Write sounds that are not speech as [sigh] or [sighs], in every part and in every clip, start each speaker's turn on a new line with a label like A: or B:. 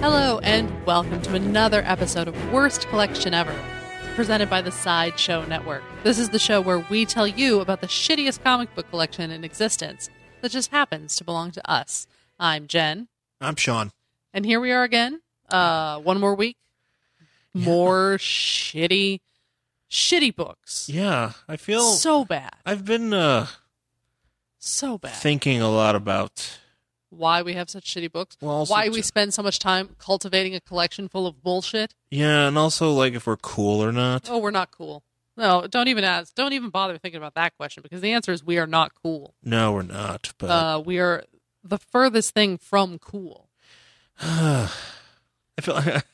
A: Hello, and welcome to another episode of Worst Collection Ever, presented by the Sideshow Network. This is the show where we tell you about the shittiest comic book collection in existence that just happens to belong to us. I'm Jen,
B: I'm Sean.
A: and here we are again. Uh, one more week, more shitty, shitty books.
B: Yeah, I feel
A: So bad,
B: I've been uh,
A: so bad.
B: thinking a lot about
A: Why we have such shitty books?
B: well, also
A: Why we
B: ju-
A: spend so much time cultivating a collection full of bullshit?
B: yeah, and also like if we're cool or not.
A: Oh, we're not cool. No, don't even ask. Don't even bother thinking about that question because the answer is we are not cool.
B: No, we're not. But
A: Uh, we are the furthest thing from cool. Uh.
B: [sighs] I feel like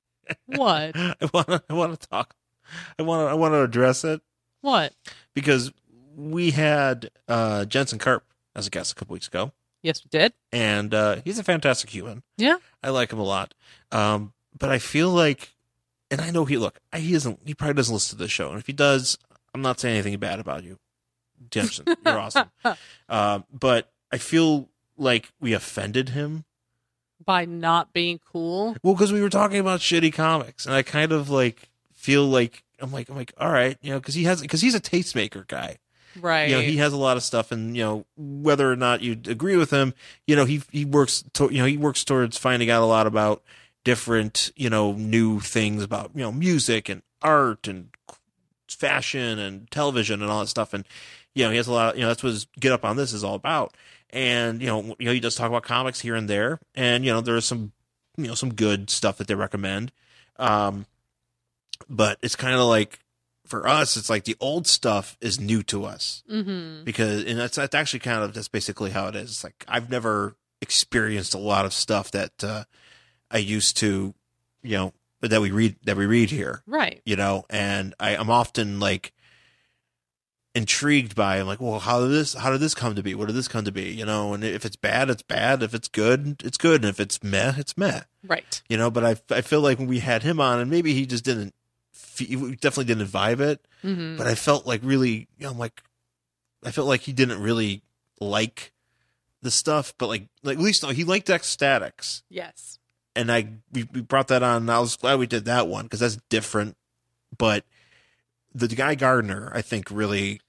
B: [laughs]
A: What?
B: I want to. I want to talk. I want to. I want to address it
A: what?
B: because we had uh, Jensen Karp as a guest a couple weeks ago,
A: Yes, we did.
B: and uh, he's a fantastic human.
A: Yeah.
B: I like him a lot. Um, but I feel like, and I know he look, I, he doesn't. He probably doesn't listen to this show, and if he does, I'm not saying anything bad about you, Jensen. you're awesome. Um, but I feel like we offended him.
A: By not being cool.
B: Well, because we were talking about shitty comics, and I kind of like feel like I'm like I'm like all right, you know, because he has because he's a tastemaker guy.
A: Right.
B: You know, he has a lot of stuff, and you know whether or not you agree with him, you know he he works to, you know he works towards finding out a lot about different you know new things about you know music and art and fashion and television and all that stuff, and you know he has a lot. you know that's what his get up on this is all about, and you know you know he does talk about comics here and there, and you know there is some you know some good stuff that they recommend, um, but it's kind of like. For us, it's like the old stuff is new to us
A: mm-hmm.
B: because and that's that's actually kind of that's basically how it is. It's like I've never experienced a lot of stuff that uh, I used to, you know, but that we read that we read here,
A: Right.
B: you know, and I, I'm often like intrigued by I'm like, well, how did this how did this come to be? What did this come to be? You know, and if it's bad, it's bad. If it's good, it's good. And if it's meh, it's meh
A: Right.
B: you know. But I I feel like when we had him on, and maybe he just didn't, fe- he definitely didn't vibe it.
A: Mm-hmm.
B: But I felt like really, you know, I'm like, I felt like he didn't really like the stuff. But like, like at least no, he liked ecstatics,
A: Yes.
B: and I we, we brought that on. and I was glad we did that one because that's different. But the guy Gardner, I think, really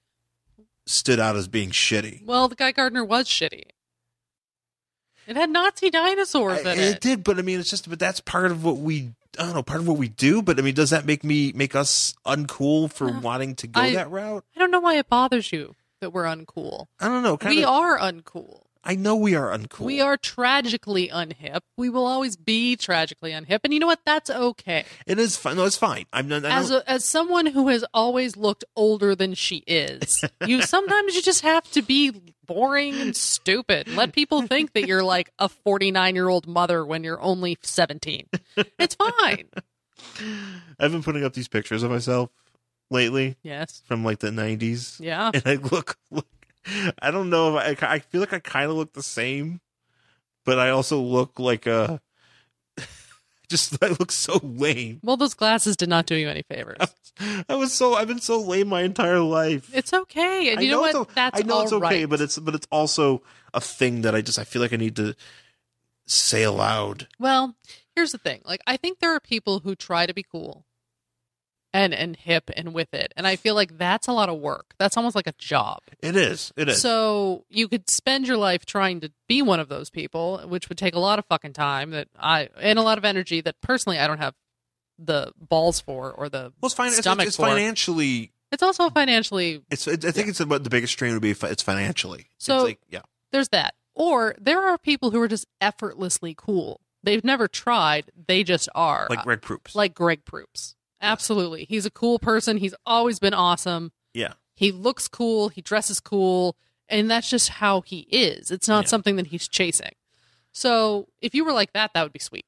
B: stood out as being shitty.
A: Well, the guy Gardner was shitty. It had Nazi dinosaurs
B: I-
A: in
B: it
A: it.
B: did, but I mean, it's just, but that's part of what we, I don't know, part of what we do. But I mean, does that make me make us uncool for
A: No.
B: wanting to go
A: I-
B: that route?
A: I don't know why it bothers you that we're uncool.
B: I don't know. Kind
A: we
B: of.
A: are uncool.
B: I know we are uncool.
A: We are tragically unhip. We will always be tragically unhip, and you know what? That's okay.
B: It is fine. No, it's fine. I'm not. I
A: As
B: don't-
A: a, as someone who has always looked older than she
B: [laughs]
A: is, you sometimes you just have to be boring and stupid. Let people think that you're like a 49 year old mother when you're only 17. It's fine.
B: [gasps] I've been putting up these pictures of myself lately
A: Yes.
B: from like the 90s,
A: Yeah.
B: and I look. [laughs] look I don't know. If I, I feel like I kind of look the same, but I also look like a. [laughs] Just I look so lame.
A: Well, those glasses did not do you any favors.
B: [laughs] I was so I've been so lame my entire life.
A: It's okay, and
B: I
A: you know,
B: it's
A: what?
B: o-
A: That's
B: I know it's
A: all
B: okay,
A: right.
B: but it's but it's also a thing that I just I feel like I need to say aloud.
A: Well, here's the thing. Like I think there are people who try to be cool and and hip and with it. And I feel like that's a lot of work. That's almost like a job.
B: It is. It is.
A: So you could spend your life trying to be one of those people, which would take a lot of fucking time that I and a lot of energy that personally I don't have the balls for or the
B: well, it's, fin- it's,
A: stomach
B: it's
A: for it.
B: financially.
A: it's also financially
B: It's. It, I think it's about the biggest strain would be. fi- It's financially.
A: So-
B: it's like, yeah.
A: there's that. Or there are people who are just effortlessly cool. They've never tried, they just are.
B: Like Greg Proops.
A: uh, like Greg Proops. Absolutely. He's a cool person. He's always been awesome.
B: Yeah.
A: He looks cool, he dresses cool, and that's just how he is. It's not
B: Yeah.
A: something that he's chasing. So, if you were like that, that would be sweet.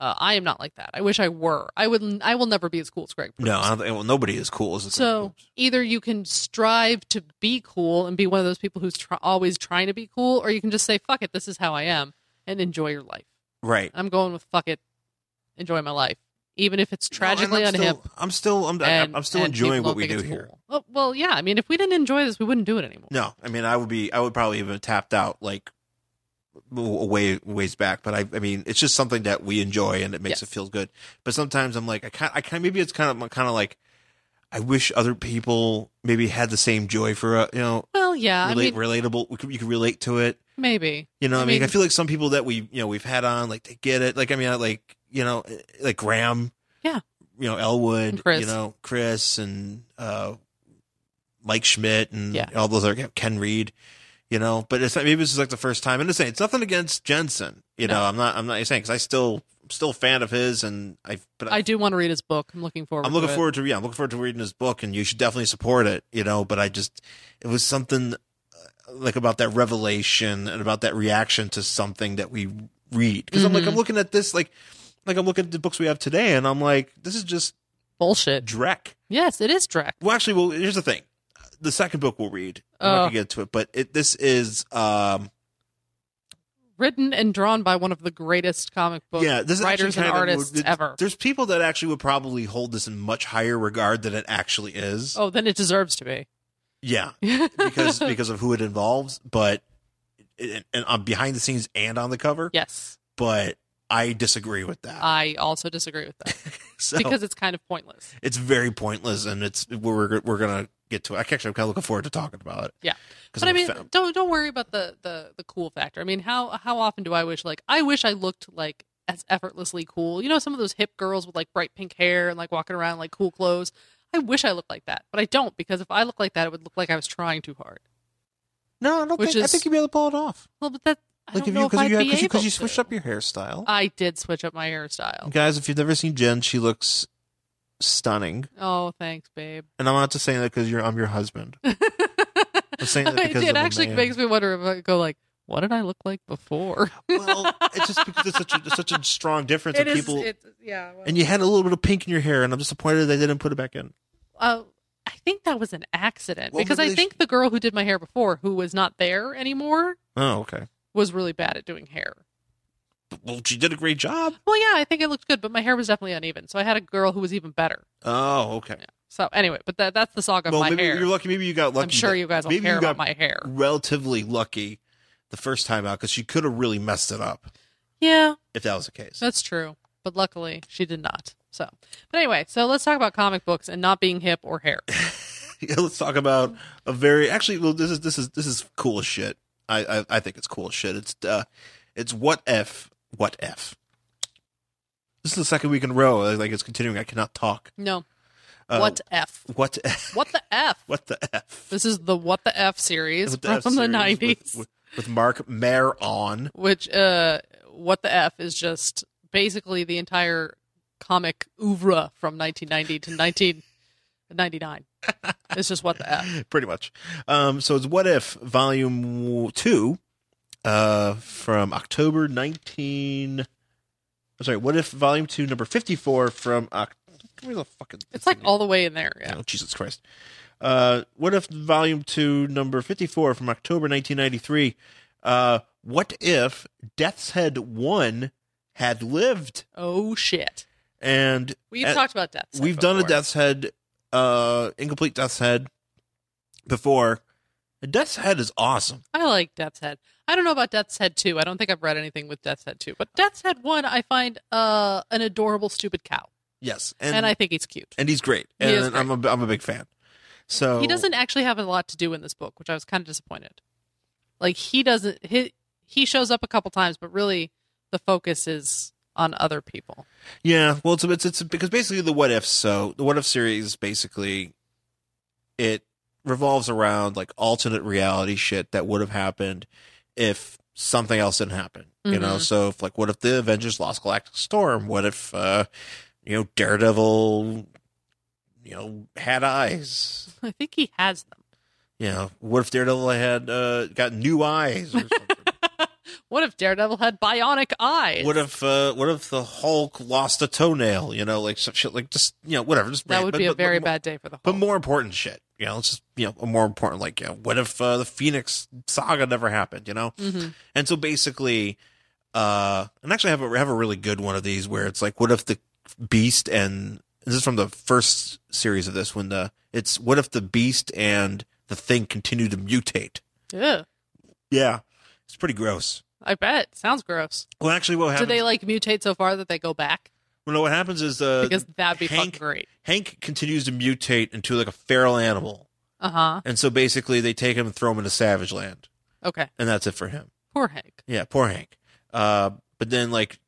A: Uh, I am not like that. I wish I were. I would I will never be as cool as Greg Proops.
B: no, I don't, think- well, nobody is cool as
A: So, either you can strive to be cool and be one of those people who's tr- always trying to be cool or you can just say fuck it, this is how I am and enjoy your life.
B: right.
A: I'm going with fuck it. Enjoy my life. Even if it's tragically
B: no, and I'm
A: unhip
B: still- I'm still. [laughs] I'm,
A: and-
B: I'm still
A: and
B: enjoying
A: people
B: what
A: don't
B: we
A: think
B: do
A: it's
B: here.
A: cool. Well, well, yeah. I mean, if we didn't enjoy this, we wouldn't do it anymore.
B: No, I mean I would be I would probably have been tapped out like a way ways back, but I I mean it's just something that we enjoy and it
A: Yes.
B: makes it feel good. But sometimes I'm like I kind I kind maybe it's kind of kind of like I wish other people maybe had the same joy for uh, you know
A: Well, yeah.
B: relate,
A: I mean,
B: relatable. You can, you can relate to it.
A: maybe.
B: You know,
A: I
B: I, mean,
A: mean-
B: I feel like some people that we you know we've had on like they get it. Like I mean, I like you know like Graham.
A: Yeah.
B: You know Elwood.
A: And Chris.
B: You know Chris and uh, Mike Schmidt and
A: Yeah.
B: all those other Ken Reed. You know, but it's maybe this is like the first time. And it's saying it's nothing against Jensen. You
A: No.
B: know, I'm not. I'm not saying because I still I'm still a fan of his and I. But
A: I do want to read his book. I'm looking forward.
B: I'm looking
A: to it.
B: forward to yeah, I'm looking forward to reading his book, and you should definitely support it. You know, but I just it was something uh, like about that revelation and about that reaction to something that we read because I'm like
A: Mhm.
B: I'm looking at this like like I'm looking at the books we have today, and I'm like this is just
A: bullshit.
B: dreck.
A: Yes, it is Drek.
B: Well, actually, well here's the thing, the second book we'll read. I'm
A: Oh.
B: not gonna get to it, but it this is um
A: Written and drawn by one of the greatest comic book
B: yeah this is actually
A: writers and
B: kind of-
A: artists
B: it-
A: ever.
B: There's people that actually would probably hold this in much higher regard than it actually is.
A: Oh, then it deserves to be.
B: Yeah.
A: [laughs]
B: because because of who it involves, but and, and on behind the scenes and on the cover.
A: yes,
B: But I disagree with that.
A: I also disagree with
B: [laughs]
A: that
B: so
A: Uh, because it's kind of pointless.
B: it's very pointless, and it's we're we're gonna get to it. I actually I'm kind of looking forward to talking about it.
A: Yeah. But
B: 'Cause
A: I
B: I'm a
A: mean,
B: fan.
A: don't don't worry about the, the the cool factor. I mean, how how often do I wish like I wish I looked like as effortlessly cool? You know, some of those hip girls with like bright pink hair and like walking around in, like cool clothes. I wish I looked like that, but I don't because if I look like that, it would look like I was trying too hard.
B: no, I don't
A: which
B: think I
A: is-
B: think you'd be able to pull it off.
A: Well, but that I
B: Like
A: don't
B: if
A: know
B: you
A: if I'd
B: because you
A: be
B: because you, 'cause you
A: able
B: switched
A: to. Oh.
B: up your hairstyle.
A: I did switch up my hairstyle.
B: Guys, if you've never seen Jen, she looks stunning,
A: Oh, thanks, babe. [laughs]
B: and I'm not just saying that because you're I'm your husband. I'm saying that because
A: it
B: of a
A: actually
B: man.
A: makes me wonder if I go like, what did I look like before?
B: well, it's just because it's such a, it's such a strong difference. of people,
A: yeah.
B: and you had a little bit of pink in your hair, and I'm disappointed they didn't put it back in.
A: uh, I think that was an accident
B: Well,
A: because
B: maybe
A: I
B: they
A: think the girl who did my hair before, who was not there anymore,
B: Oh, okay.
A: was really bad at doing hair.
B: Well, she did a great job.
A: Well, yeah, I think it looked good, but my hair was definitely uneven. So I had a girl who was even better.
B: Oh, okay.
A: So anyway, but that, that's the song of
B: well,
A: my
B: maybe
A: hair.
B: you're lucky. Maybe you got lucky.
A: I'm sure
B: that-
A: you guys will
B: maybe
A: care
B: you
A: about
B: got
A: my hair.
B: relatively lucky the first time out because she could have really messed it up
A: Yeah,
B: if that was the case.
A: that's true. But luckily, she did not. So, but anyway, so let's talk about comic books and not being hip or hair.
B: [laughs] Yeah, Let's talk about a very actually. Well, this is this is this is cool as shit. I I, I think it's cool as shit. It's uh, it's what if what if. This is the second week in a row. Like it's continuing. I cannot talk.
A: No,
B: Uh,
A: what f?
B: what
A: What the f?
B: [laughs] what the f?
A: This is the what the f series
B: With
A: from
B: F
A: the
B: series,
A: nineties.
B: with, with Mark Mayer on.
A: which uh what the f is just basically the entire comic oeuvre from 1990 to
B: [laughs]
A: 1999 it's just what the f
B: Pretty much. Um, so it's What If Volume 2 uh, from October 19. I'm sorry, What If Volume 2, number 54 from October. Where the fuck is
A: it's like all the way in there yeah
B: Oh, Jesus Christ. Uh, what if volume two, number 54 from October 1993? Uh, what if Death's Head 1 had lived?
A: oh shit
B: And
A: we've
B: Uh,
A: talked about deaths
B: we've done a death's head uh incomplete death's head before a death's head is awesome
A: i like death's head i don't know about death's head 2 i don't think i've read anything with death's head 2 but death's head 1 i find uh an adorable stupid cow
B: yes
A: and,
B: and
A: i think he's cute
B: and he's great
A: He
B: and
A: is
B: I'm, a, I'm a big fan so
A: he doesn't actually have a lot to do in this book, which I was kind of disappointed. Like he doesn't he he shows up a couple times, but really the focus is on other people. [laughs]
B: yeah well it's, it's it's because basically the what if so the what if series basically it revolves around like alternate reality shit that would have happened if something else didn't happen you know
A: Mhm.
B: so if like what if the avengers lost galactic storm what if uh you know daredevil you know had eyes
A: I think he has
B: you know what if daredevil had uh got new eyes or
A: [laughs]
B: something
A: them. what if Daredevil had bionic eyes?
B: what if uh what if the hulk lost a toenail you know like some shit like just you know whatever just
A: that
B: rant-
A: would
B: but-
A: be a
B: but- but
A: very
B: mo-
A: bad day for the
B: but
A: Hulk.
B: more important shit you know it's just you know more important like you know, what if uh, the phoenix saga never happened you know
A: Mhm.
B: And so basically, uh, and actually I have a, I have a really good one of these where it's like, what if the beast and this is from the first series of this when the it's what if the beast and the thing continue to mutate?
A: Ugh.
B: Yeah, it's pretty gross.
A: I bet. Sounds gross.
B: Well, actually, what happens?
A: Do they like mutate so far that they go back?
B: well, no, what happens is uh,
A: Because that'd be
B: Hank-
A: fucking great.
B: Hank continues to mutate into like a feral animal,
A: Uh huh.
B: and so basically they take him and throw him into Savage Land,
A: Okay.
B: and that's it for him.
A: Poor Hank.
B: Yeah, poor Hank. Uh, but then like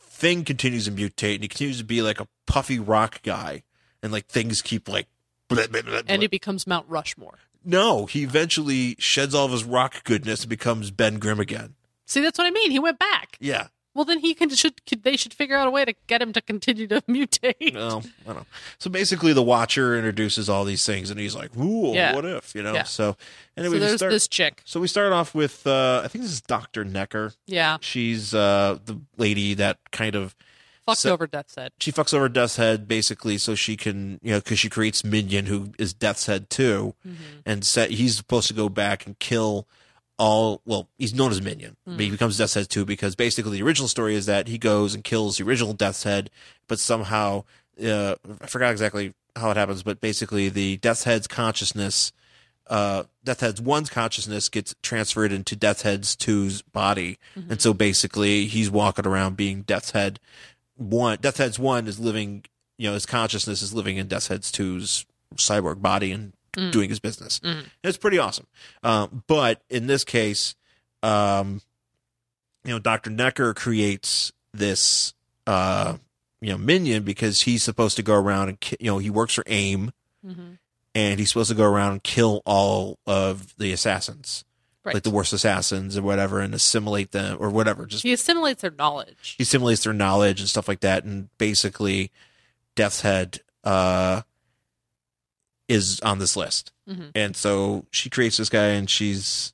B: Thing continues to mutate, and he continues to be like a puffy rock guy, and like things keep like. bleh, bleh, bleh,
A: And
B: bleh.
A: he becomes Mount Rushmore.
B: no, he eventually sheds all of his rock goodness and becomes Ben Grimm again.
A: See, that's what I mean. He went back.
B: Yeah.
A: Well, then he can should could, they should figure out a way to get him to continue to [laughs] mutate.
B: No, I don't know. So basically, the Watcher introduces all these things, and he's like, "Ooh,
A: Yeah.
B: what if?" You know.
A: Yeah.
B: So
A: so
B: anyway, we
A: there's
B: start.
A: this chick.
B: so we start off with uh, I think this is Doctor Necker.
A: Yeah,
B: She's uh, the lady that kind of
A: fucked
B: So-
A: over Death's Head.
B: she fucks over Death's Head basically, so she can you know because she creates Minion who is Death's Head too,
A: Mm-hmm,
B: and set, he's supposed to go back and kill all. Well, he's known as Minion, but he becomes Death's Head too because basically the original story is that he goes and kills the original Death's Head, but somehow uh, I forgot exactly how it happens, but basically the Death's Head's consciousness. Uh, Death Head's one's consciousness gets transferred into Death Head's two's body,
A: mm-hmm,
B: and so basically he's walking around being Death's Head one Death Heads one is living you know his consciousness is living in Death Heads two's cyborg body and
A: Mm.
B: doing his business.
A: Mm.
B: And It's pretty awesome. Um, but in this case, um, you know, Doctor Necker creates this uh, you know minion because he's supposed to go around and ki- you know he works for AIM
A: Mm-hmm.
B: and he's supposed to go around and kill all of the assassins,
A: Right.
B: like the worst assassins or whatever, and assimilate them or whatever, just
A: he assimilates their knowledge.
B: he simulates their knowledge and stuff like that and basically death's head uh is on this list
A: Mhm.
B: and so she creates this guy and she's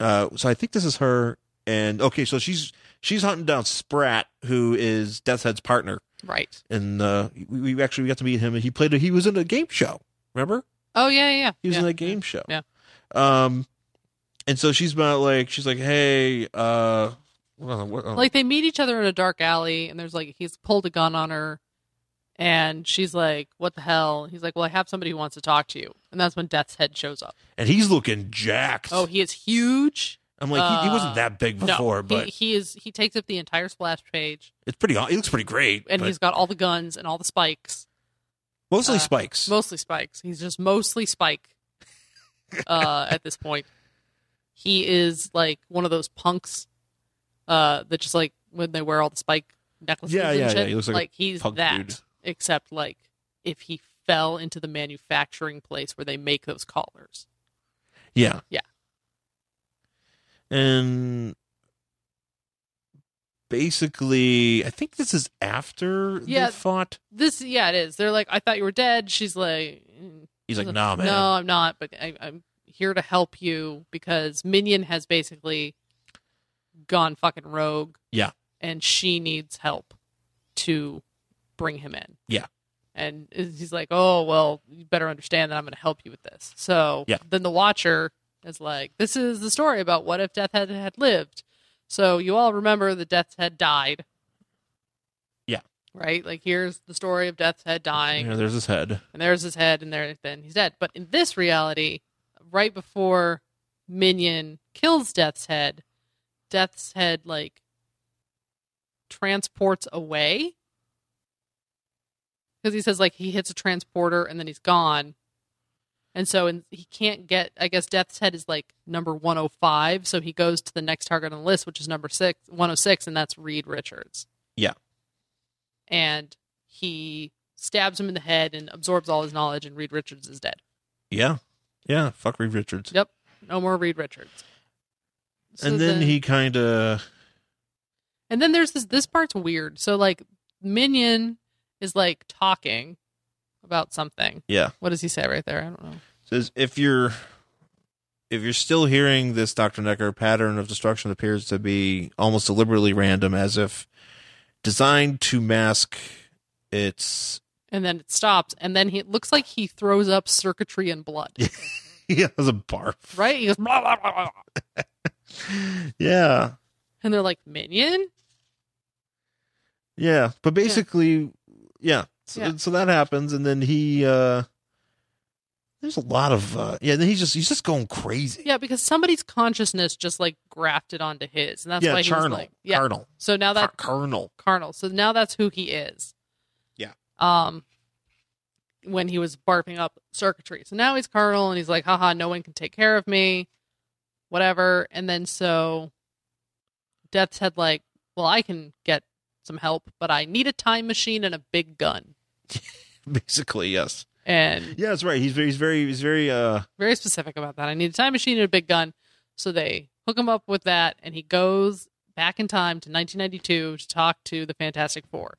B: uh so i think this is her and okay so she's she's hunting down sprat who is death's head's partner
A: Right.
B: and uh we, we actually we got to meet him and he played a, he was in a game show remember
A: Oh yeah, yeah, yeah.
B: he was
A: yeah.
B: in that game show.
A: Yeah.
B: Um, and so she's about like she's like, hey, uh, well, what, uh,
A: Like they meet each other in a dark alley, and there's like he's pulled a gun on her, and she's like, "What the hell?" And he's like, "Well, I have somebody who wants to talk to you," and that's when Death's Head shows up.
B: and he's looking jacked.
A: Oh, he is huge.
B: I'm like, he, he
A: uh,
B: wasn't that big before,
A: no,
B: but
A: he, he is. He takes up the entire splash page,
B: it's pretty. aw- He looks pretty great,
A: and
B: but
A: he's got all the guns and all the spikes.
B: mostly
A: uh,
B: spikes.
A: mostly spikes he's just mostly spike [laughs] uh at this point he is like one of those punks uh that just like when they wear all the spike necklaces
B: Yeah,
A: and
B: yeah,
A: shit
B: yeah. He looks like a
A: he's
B: punk
A: that
B: dude.
A: except like if he fell into the manufacturing place where they make those collars
B: yeah,
A: yeah.
B: and basically, I think this is after
A: Yeah.
B: they fought.
A: this yeah it is they're like i thought you were dead she's like mm,
B: He's like, nah, Oh, man.
A: no i'm not but I, i'm here to help you because minion has basically gone fucking rogue
B: Yeah.
A: and she needs help to bring him in
B: Yeah.
A: and he's like oh well you better understand that i'm going to help you with this so
B: Yeah.
A: then the watcher is like this is the story about what if death had, had lived so you all remember that death's head died
B: Yeah.
A: right like here's the story of death's head dying
B: Yeah, there's his head.
A: and there's his head, and there then he's dead. But in this reality, right before Minion kills Death's head, Death's head like transports away because he says like he hits a transporter and then he's gone, and so and he can't get. I guess Death's head is like number one hundred five, so he goes to the next target on the list, which is number six one hundred six, and that's Reed Richards.
B: Yeah.
A: and he stabs him in the head and absorbs all his knowledge and Reed Richards is dead.
B: Yeah, yeah. Fuck Reed Richards.
A: Yep. No more Reed Richards. So
B: and then he kind of
A: And then there's this this part's weird. So like Minion is like talking about something.
B: Yeah.
A: What does he say right there? I don't know.
B: says if you're if you're still hearing this Dr. Necker pattern of destruction appears to be almost deliberately random as if designed to mask its [laughs]
A: And then it stops and then he it looks like he throws up circuitry and blood.
B: yeah, it was a barf.
A: [laughs]
B: [laughs]
A: Right? He goes blah, blah, blah, blah.
B: Yeah.
A: and they're like Minion?
B: Yeah. But basically yeah. So,
A: Yeah.
B: so that happens and then he uh There's a lot of uh, yeah. Then he's just he's just going crazy.
A: Yeah, because somebody's consciousness just like grafted onto his, and that's
B: yeah,
A: why he's
B: charnel,
A: like, yeah.
B: carnal,
A: So now that
B: Car- carnal.
A: carnal. So now that's who he is.
B: Yeah.
A: Um. When he was barfing up circuitry, so now he's carnal, and he's like, "Haha, no one can take care of me, whatever." And then so, Death's Head like, "Well, I can get some help, but I need a time machine and a big gun."
B: [laughs] Basically, yes.
A: And
B: Yeah, that's right. He's very, he's very, he's very. Uh,
A: very specific about that. I need a time machine and a big gun. So they hook him up with that, and he goes back in time to 1992 to talk to the Fantastic Four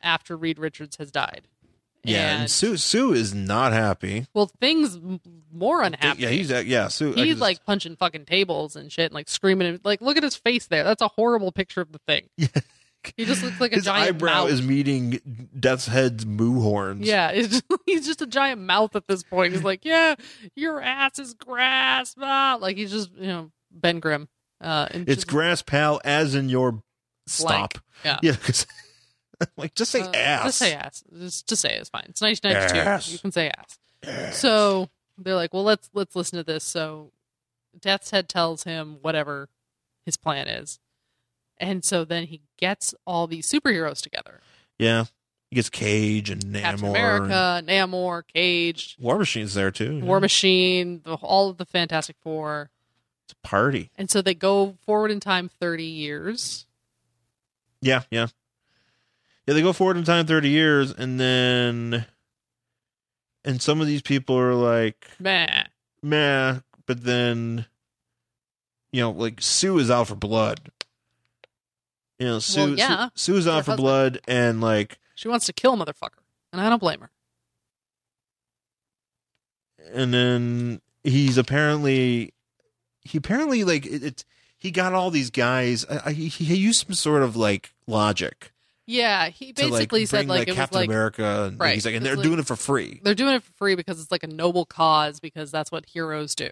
A: after Reed Richards has died.
B: yeah, and,
A: And-
B: Sue Sue is not happy.
A: well, things m- more unhappy.
B: Yeah, he's uh, yeah. Sue. I
A: He's
B: just-
A: like punching fucking tables and shit, and like screaming. And, like, look at his face there. That's a horrible picture of the thing. He just looks like a
B: his
A: giant
B: eyebrow
A: mouth.
B: is meeting Death's Head's moo horns.
A: yeah, it's just, [laughs] he's just a giant mouth at this point. He's like, yeah, your ass is grass. Ah. Like he's just you know Ben Grimm. Uh, and
B: it's
A: just-
B: grass, pal, as in your stop.
A: Yeah.
B: yeah. [laughs] 'cause- like just say
A: Uh,
B: ass.
A: Just say ass. Just to say it's fine. It's 1992.
B: Ass.
A: You can say ass. So they're like, well, let's let's listen to this. So Death's Head tells him whatever his plan is, and so then he gets all these superheroes together:
B: Yeah, he gets Cage and Namor.
A: Captain
B: and- Mm-hmm.
A: America, Namor, Cage,
B: War Machine's there too.
A: War Machine, the, all of the Fantastic Four.
B: It's a party.
A: And so they go forward in time 30 years.
B: Yeah, yeah, yeah. They go forward in time thirty years, and then, and some of these people are like,
A: Meh.
B: meh, but then, you know, like Sue is out for blood. You know, Sue,
A: Well, yeah.
B: Sue, Sue is out
A: Her
B: for
A: husband.
B: blood, and like,
A: She wants to kill motherfucker, and I don't blame her.
B: and then he's apparently, he apparently like it. it he got all these guys. I, I, he, he used some sort of like logic
A: Yeah, he basically
B: to like,
A: said
B: bring,
A: like,
B: like
A: it was
B: Captain
A: like
B: America, and
A: Right.
B: he's like, and
A: It's
B: they're
A: like-
B: doing it for free.
A: they're doing it for free because it's like a noble cause because that's what heroes do.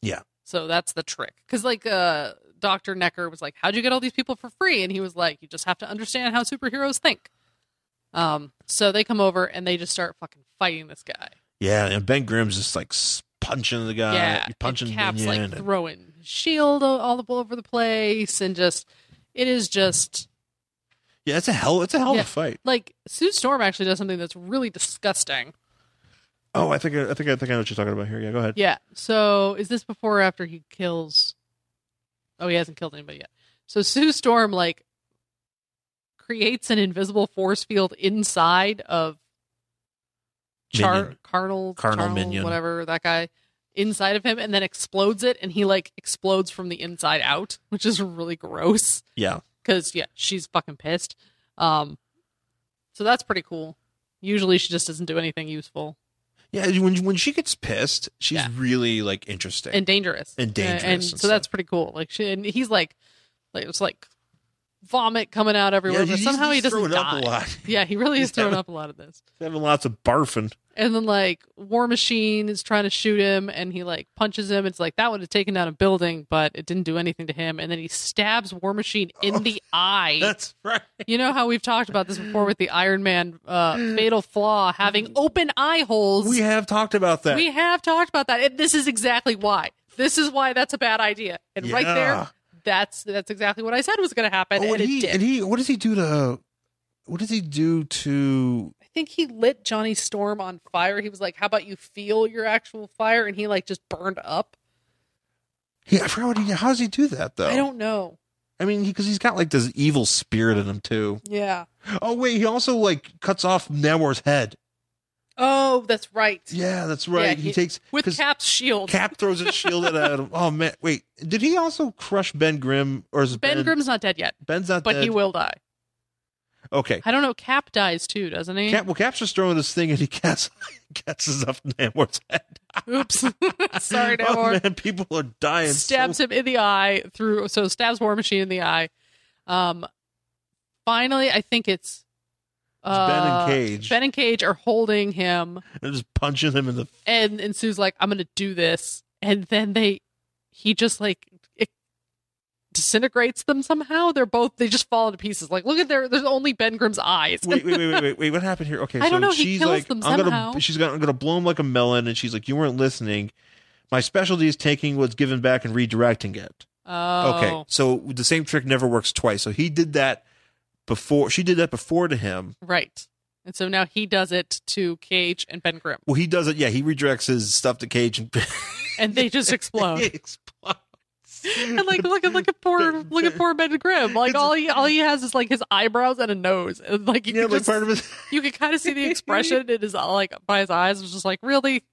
B: Yeah.
A: So that's the trick. Because like uh, Doctor Necker was like, "How'd you get all these people for free?" And he was like, "You just have to understand how superheroes think." Um. So they come over and they just start fucking fighting this guy.
B: Yeah, and Ben Grimm's just like s- punching the guy,
A: yeah.
B: punching
A: and Cap's
B: Minion,
A: like
B: and-
A: throwing shield o- all over the place and just it is just
B: yeah, it's a hell, it's a hell
A: Yeah.
B: of a fight.
A: like Sue Storm actually does something that's really disgusting.
B: Oh, I think I, I think I think I know what you're talking about here. Yeah, go ahead.
A: Yeah. So is this before or after he kills? Oh, he hasn't killed anybody yet. So Sue Storm like creates an invisible force field inside of Char
B: Minion.
A: Carnal
B: Carnal
A: Charnel,
B: Minion.
A: whatever that guy inside of him, and then explodes it, and he like explodes from the inside out, which is really gross.
B: Yeah.
A: Because yeah, she's fucking pissed. Um, so that's pretty cool. Usually she just doesn't do anything useful
B: Yeah, when when she gets pissed, she's
A: Yeah.
B: really like interesting.
A: and dangerous
B: And dangerous
A: Uh, and,
B: and
A: so
B: stuff.
A: that's pretty cool like she, and he's like like it's like vomit coming out everywhere but
B: he's-
A: somehow he
B: he's
A: doesn't
B: throwing
A: die
B: up a lot, [laughs]
A: [laughs] yeah he really is
B: He's
A: throwing
B: having-
A: up a lot of this
B: He's having lots of barfing.
A: and then like war machine is trying to shoot him and he like punches him it's like that would have taken down a building but it didn't do anything to him and then he stabs war machine in
B: [laughs]
A: the eye
B: That's right.
A: you know how we've talked about this before with the iron man uh, fatal flaw having open eye holes
B: We have talked about that.
A: we have talked about that. And this is exactly why. This is why that's a bad idea. And right
B: Yeah.
A: there, that's that's exactly what I said was going to happen,
B: oh,
A: and
B: and
A: it
B: he
A: did.
B: and he what does he do to what does he do to
A: I think he lit Johnny Storm on fire. He was like, "How about you feel your actual fire?" And he like just burned up.
B: he, I forgot what he how does he do that though?
A: I don't know.
B: I mean because he's got like this evil spirit in him too.
A: Yeah.
B: Oh wait, he also like cuts off Namor's head.
A: Oh, that's right.
B: Yeah, that's right.
A: Yeah,
B: he,
A: he-
B: takes
A: With
B: 'cause
A: Cap's shield.
B: Cap throws his shield at him. Oh man, wait, did he also crush Ben Grimm or is
A: ben,
B: Ben
A: Grimm's not dead yet,
B: Ben's not
A: but
B: dead.
A: he will die.
B: Okay.
A: I don't know. Cap dies too, doesn't he?
B: Cap, well, Cap's just throwing this thing and he [laughs] casts, catches up Namor's head.
A: Oops. [laughs] Sorry,
B: oh,
A: Namor.
B: man, people are dying.
A: stabs
B: so,
A: him in the eye through so stabs war machine in the eye um finally i think it's uh,
B: Ben and Cage.
A: ben and cage are holding him
B: They're just punching him in the.
A: and and sue's like i'm gonna do this and then they he just like it disintegrates them somehow. They're both they just fall into pieces. Like look at their there's only Ben Grimm's eyes.
B: Wait, wait, wait, wait, wait, wait. What happened here? Okay,
A: I
B: so
A: don't know. He
B: she's
A: kills
B: like,
A: them
B: I'm
A: somehow.
B: gonna, she's gonna, I'm gonna blow him like a melon, and she's like, you weren't listening. My specialty is taking what's given back and redirecting it.
A: [laughs] Oh,
B: Okay, so the same trick never works twice. So he did that before. She did that before to him.
A: right. And so now he does it to Cage and Ben Grimm,
B: Well, he does it. Yeah, he redirects his stuff to Cage and [laughs]
A: and they just
B: he
A: explode.
B: explodes.
A: And like, look at look at poor look at poor Ben Grimm. Like
B: It's-
A: all he all he has is like his eyebrows and a nose. And like you
B: yeah,
A: can
B: like
A: just-
B: part of his.
A: you can kind of see the expression. It is all like by his eyes. It's just like really,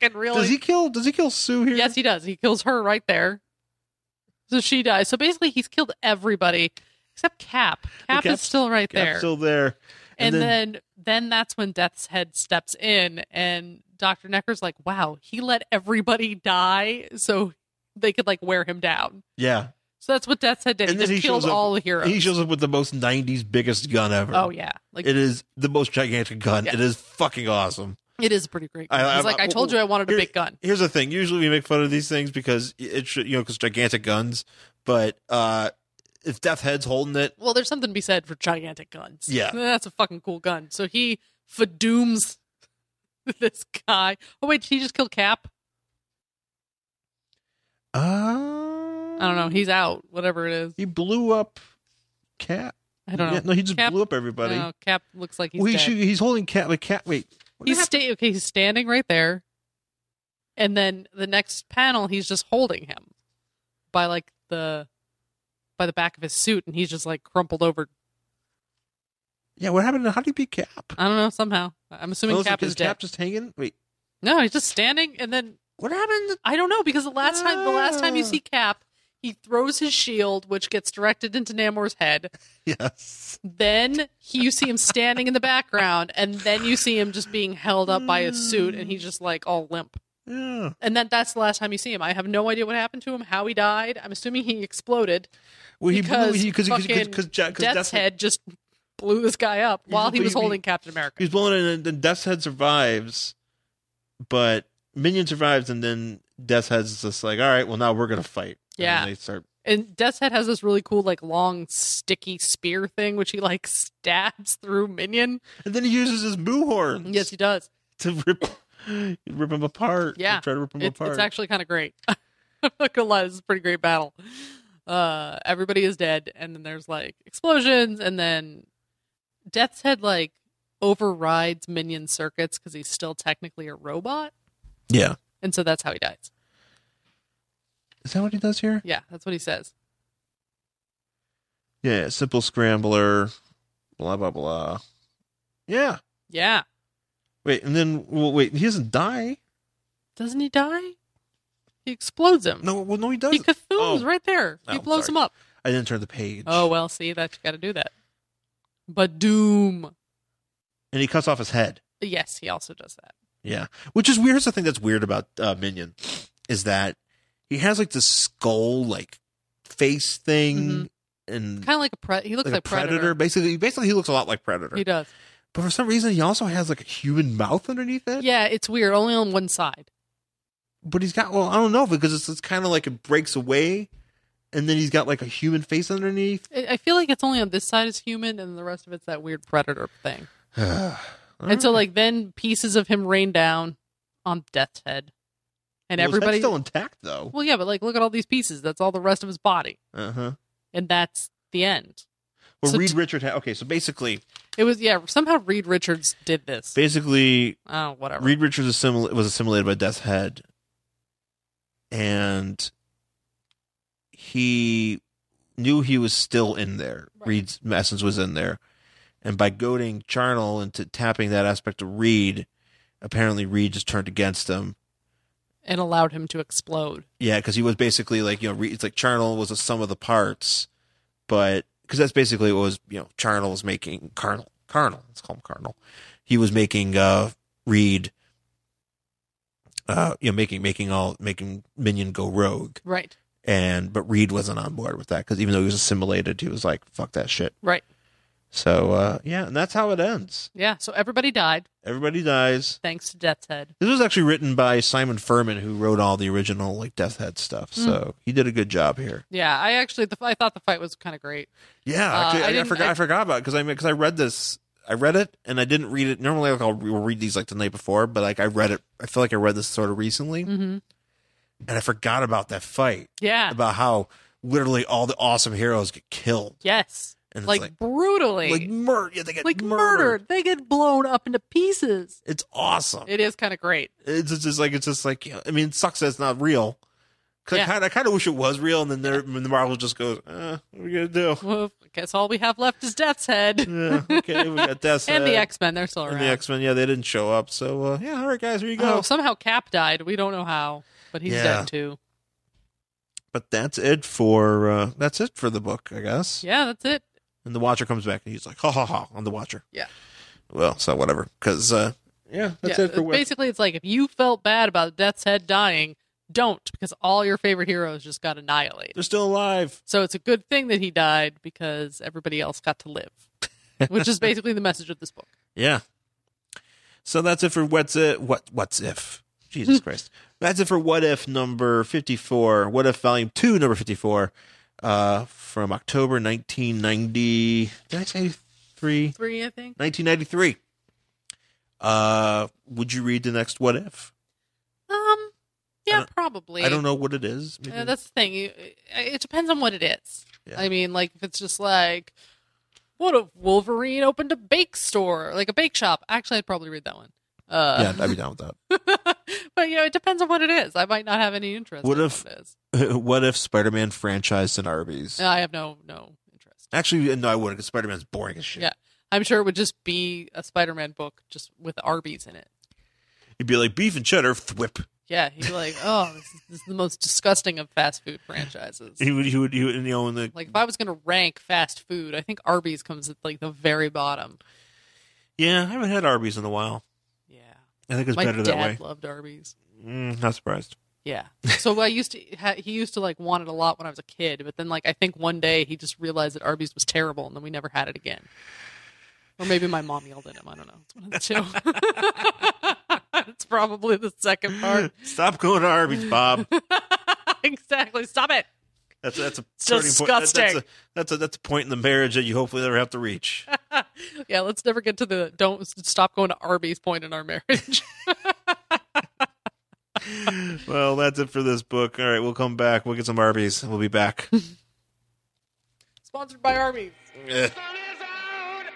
A: fucking really.
B: Does he kill? Does he kill Sue here?
A: Yes, he does. He kills her right there. So she dies. So basically, he's killed everybody except Cap. Cap is
B: Cap's-
A: still right
B: Cap's
A: there.
B: Still there.
A: and then, then that's when Death's Head steps in, and Doctor Necker's like, "Wow, he let everybody die so they could like wear him down."
B: yeah,
A: So that's what Death's Head did. he
B: And then
A: just
B: he
A: killed
B: shows up-
A: all the heroes.
B: he shows up with the most '90s biggest gun ever.
A: oh yeah, like
B: It is the most gigantic gun.
A: Yeah.
B: It is fucking awesome.
A: it is a pretty great.
B: I-
A: Gun. He's
B: I-
A: like, "I
B: I-
A: told you, I wanted a
B: here-
A: big gun."
B: Here's the thing: usually we make fun of these things because it should, you know, because gigantic guns. But uh if Death Head's holding it,
A: Well, there's something to be said for gigantic guns.
B: Yeah.
A: [laughs] That's a fucking cool gun. So he fadooms [laughs] this guy. Oh, wait, did he just kill Cap?
B: uh,
A: I don't know. He's out, whatever it is.
B: Um, he blew up Cap.
A: I don't know.
B: Yeah, no, he just
A: Cap-
B: blew up everybody.
A: No, Cap looks like he's
B: well, he
A: dead.
B: should, he's holding Cap. Like Cap. Wait, what
A: he's
B: happened?
A: sta- okay, he's standing right there. And then the next panel, he's just holding him by like the by the back of his suit and he's just like crumpled over.
B: yeah, what happened? How do you beat Cap?
A: I don't know, somehow. I'm assuming
B: Unless, like,
A: Cap
B: is
A: is dead.
B: Cap just hanging? Wait,
A: No, he's just standing and then
B: what happened?
A: I don't know because the last time the last time you
B: Ah.
A: see Cap, he throws his shield, which gets directed into Namor's head.
B: [laughs] Yes.
A: Then he, you see him standing in the background, and then you see him just being held up by his suit, and he's just like all limp.
B: Yeah.
A: And then that's the last time you see him. I have no idea what happened to him, how he died. I'm assuming he exploded.
B: Well, he
A: Because
B: blew. He because
A: fucking
B: because Jack because
A: Death's head just blew this guy up
B: Yeah,
A: while he
B: but
A: was
B: he-
A: holding Captain America.
B: He's blown in, and then Death's Head survives, but Minion survives, and then Death's Head's just like, all right, well, now we're going to fight. And
A: Yeah.
B: they start.
A: And Death's Head has this really cool, like, long, sticky spear thing, which he, like, stabs through Minion.
B: And then he uses his moo horns
A: Yes, he does.
B: to rip, rip him apart.
A: Yeah.
B: Try to rip him
A: It's,
B: apart.
A: it's actually kind of great. [laughs] I'm not gonna lie, this is a pretty great battle. Uh, everybody is dead, and then there's like explosions, and then Death's Head like overrides minion circuits because he's still technically a robot,
B: yeah.
A: and so that's how he dies.
B: Is that what he does here?
A: Yeah, that's what he says.
B: Yeah. Simple scrambler, blah, blah, blah. Yeah.
A: Yeah,
B: Wait, and then, well, wait, he doesn't die.
A: doesn't he die? He explodes him.
B: No, well, no, he does.
A: he cathooms
B: oh.
A: right there.
B: Oh,
A: he blows
B: sorry.
A: him up.
B: I didn't turn the page.
A: Oh well, see that you got to do that. But Doom,
B: And he cuts off his head.
A: yes, he also does that.
B: Yeah, which is weird. Here's the thing that's weird about uh, Minion is that he has like this skull like face thing,
A: Mhm.
B: and
A: Kind of like a pre- he looks like,
B: like a predator. Basically, basically he looks a lot like Predator,
A: He does.
B: but for some reason he also has like a human mouth underneath it.
A: Yeah, it's weird. Only on one side.
B: but he's got well, I don't know because it's, it's kind of like it breaks away, and then he's got like a human face underneath. [sighs]
A: I I feel like it's only on this side is human, and the rest of it's that weird predator thing. and
B: and
A: so, like, then pieces of him rain down on Death's head, and everybody.
B: still intact though.
A: [laughs] well, yeah, but like, look at all these pieces. That's all the rest of his body,
B: Uh huh.
A: and that's the end.
B: Well,
A: So
B: Reed
A: t-
B: Richard. Ha- okay, so basically,
A: It was yeah. Somehow Reed Richards did this.
B: basically
A: Oh, whatever.
B: Reed Richards assimil- was assimilated by Death's Head, and he knew he was still in there.
A: Right.
B: Reed's essence was in there, and by goading Charnel into tapping that aspect of Reed, apparently Reed just turned against him.
A: and allowed him to explode.
B: Yeah, because he was basically like you know, Reed, it's like Charnel was the sum of the parts, but because that's basically what was you know, Charnel was making Carnal, Carnal, let's call him Carnal. He was making uh Reed, uh, you know, making making all making Minion go rogue,
A: Right.
B: and but Reed wasn't on board with that because even though he was assimilated, he was like, "Fuck that shit."
A: Right.
B: So uh, yeah, and that's how it ends.
A: Yeah, so everybody died
B: Everybody dies.
A: thanks to Death's Head.
B: This was actually written by Simon Furman, who wrote all the original like Death Head stuff. So he did a good job here.
A: Yeah, I actually the, I thought the fight was kind of great.
B: Yeah,
A: Uh,
B: actually,
A: I
B: I, I,
A: didn't-
B: forgot.
A: I-
B: I, forgot about because I because I read this. I read it and I didn't read it. Normally, like I'll re- read these like the night before, but like I read it. I feel like I read this sort of recently,
A: Mm-hmm.
B: and I forgot about that fight
A: Yeah.
B: about how literally all the awesome heroes get killed
A: Yes.
B: and it's
A: Like,
B: like like,
A: brutally. Like,
B: murder. Yeah, they get
A: murdered. They get blown up into pieces.
B: It's awesome.
A: It is kind of great.
B: it's just like it's just like you know, I mean, it sucks that it's not real. 'Cause
A: Yeah.
B: I kind of I kind of wish it was real, and then there, and the Marvel just goes, eh, "What are we
A: [laughs]
B: gonna do?"
A: Well, I guess all we have left is Death's Head
B: [laughs] Yeah, okay,
A: [laughs]
B: we got Death
A: and the
B: Head
A: X Men. They're still
B: and
A: around.
B: the X Men. Yeah, they didn't show up, so uh, yeah. All right, guys, here you go.
A: Oh, somehow Cap died. We don't know how, but he's
B: Yeah.
A: dead too.
B: but that's it for uh, that's it for the book, I guess.
A: Yeah, that's it.
B: And the Watcher comes back, and he's like, "Ha ha ha!" on the Watcher.
A: Yeah.
B: Well, so whatever, because uh, yeah, that's
A: yeah, uh,
B: it for what
A: basically, it's like if you felt bad about Death's Head dying, don't because all your favorite heroes just got annihilated.
B: they're still alive.
A: So it's a good thing that he died because everybody else got to
B: [laughs]
A: live, which is basically the message of this book.
B: Yeah. So that's it for what's it what what's if.
A: [laughs]
B: Jesus Christ. That's it for what if number 54. What if volume 2 number 54 uh from October 1990 Did I say 3?
A: Three, I think.
B: 1993. Uh would you read the next what if?
A: Um,
B: I
A: yeah,
B: don't-
A: probably.
B: Uh, I don't know what it is. Maybe-
A: Uh, that's the thing. You, it depends on what it is.
B: Yeah.
A: I mean, like if it's just like, what if Wolverine opened a bake store, like a bake shop? Actually, I'd probably read that one.
B: yeah,
A: Uh,
B: I'd be down with
A: [laughs] but you know, it depends on what it is. I might not have any interest.
B: What
A: in
B: if-
A: it is.
B: that. [laughs] what if Spider-Man franchised an Arby's?
A: No, I have no no interest.
B: Actually, uh, no, I wouldn't because Spider-Man's boring as shit.
A: Yeah. I'm sure it would just be a Spider-Man book just with Arby's in it.
B: You'd be like beef and
A: [laughs]
B: cheddar, thwip.
A: Yeah, he'd be like, "Oh, this is, this is the most disgusting of fast food franchises."
B: He would, he would, he would, you know, and the
A: Like, if I was going to rank fast food, I think Arby's comes at like the very bottom.
B: Yeah, I haven't had Arby's in a while.
A: Yeah,
B: I think it's
A: my
B: better
A: dad
B: that way.
A: loved Arby's.
B: Mm, not surprised.
A: Yeah, so I used to ha- he used to like want it a lot when I was a kid, but then like I think one day he just realized that Arby's was terrible, and then we never had it again. Or maybe my mom yelled at him. I don't know. It's one of the two. [laughs] it's probably the second [laughs] part.
B: [laughs] Stop going to Arby's, Bob.
A: exactly. Stop it.
B: That's that's a
A: [laughs] [laughs] It's
B: turning point. That- that's
A: disgusting.
B: a, that's a that's a point in the marriage that you hopefully never have
A: [laughs]
B: to reach.
A: yeah, let's never get to the don't stop going to Arby's point in our marriage. [laughs]
B: well, that's it for this book. All right, we'll come back. We'll get some Arby's. We'll be back.
A: Sponsored by Arby's.
C: sun
B: Eh.
C: is out.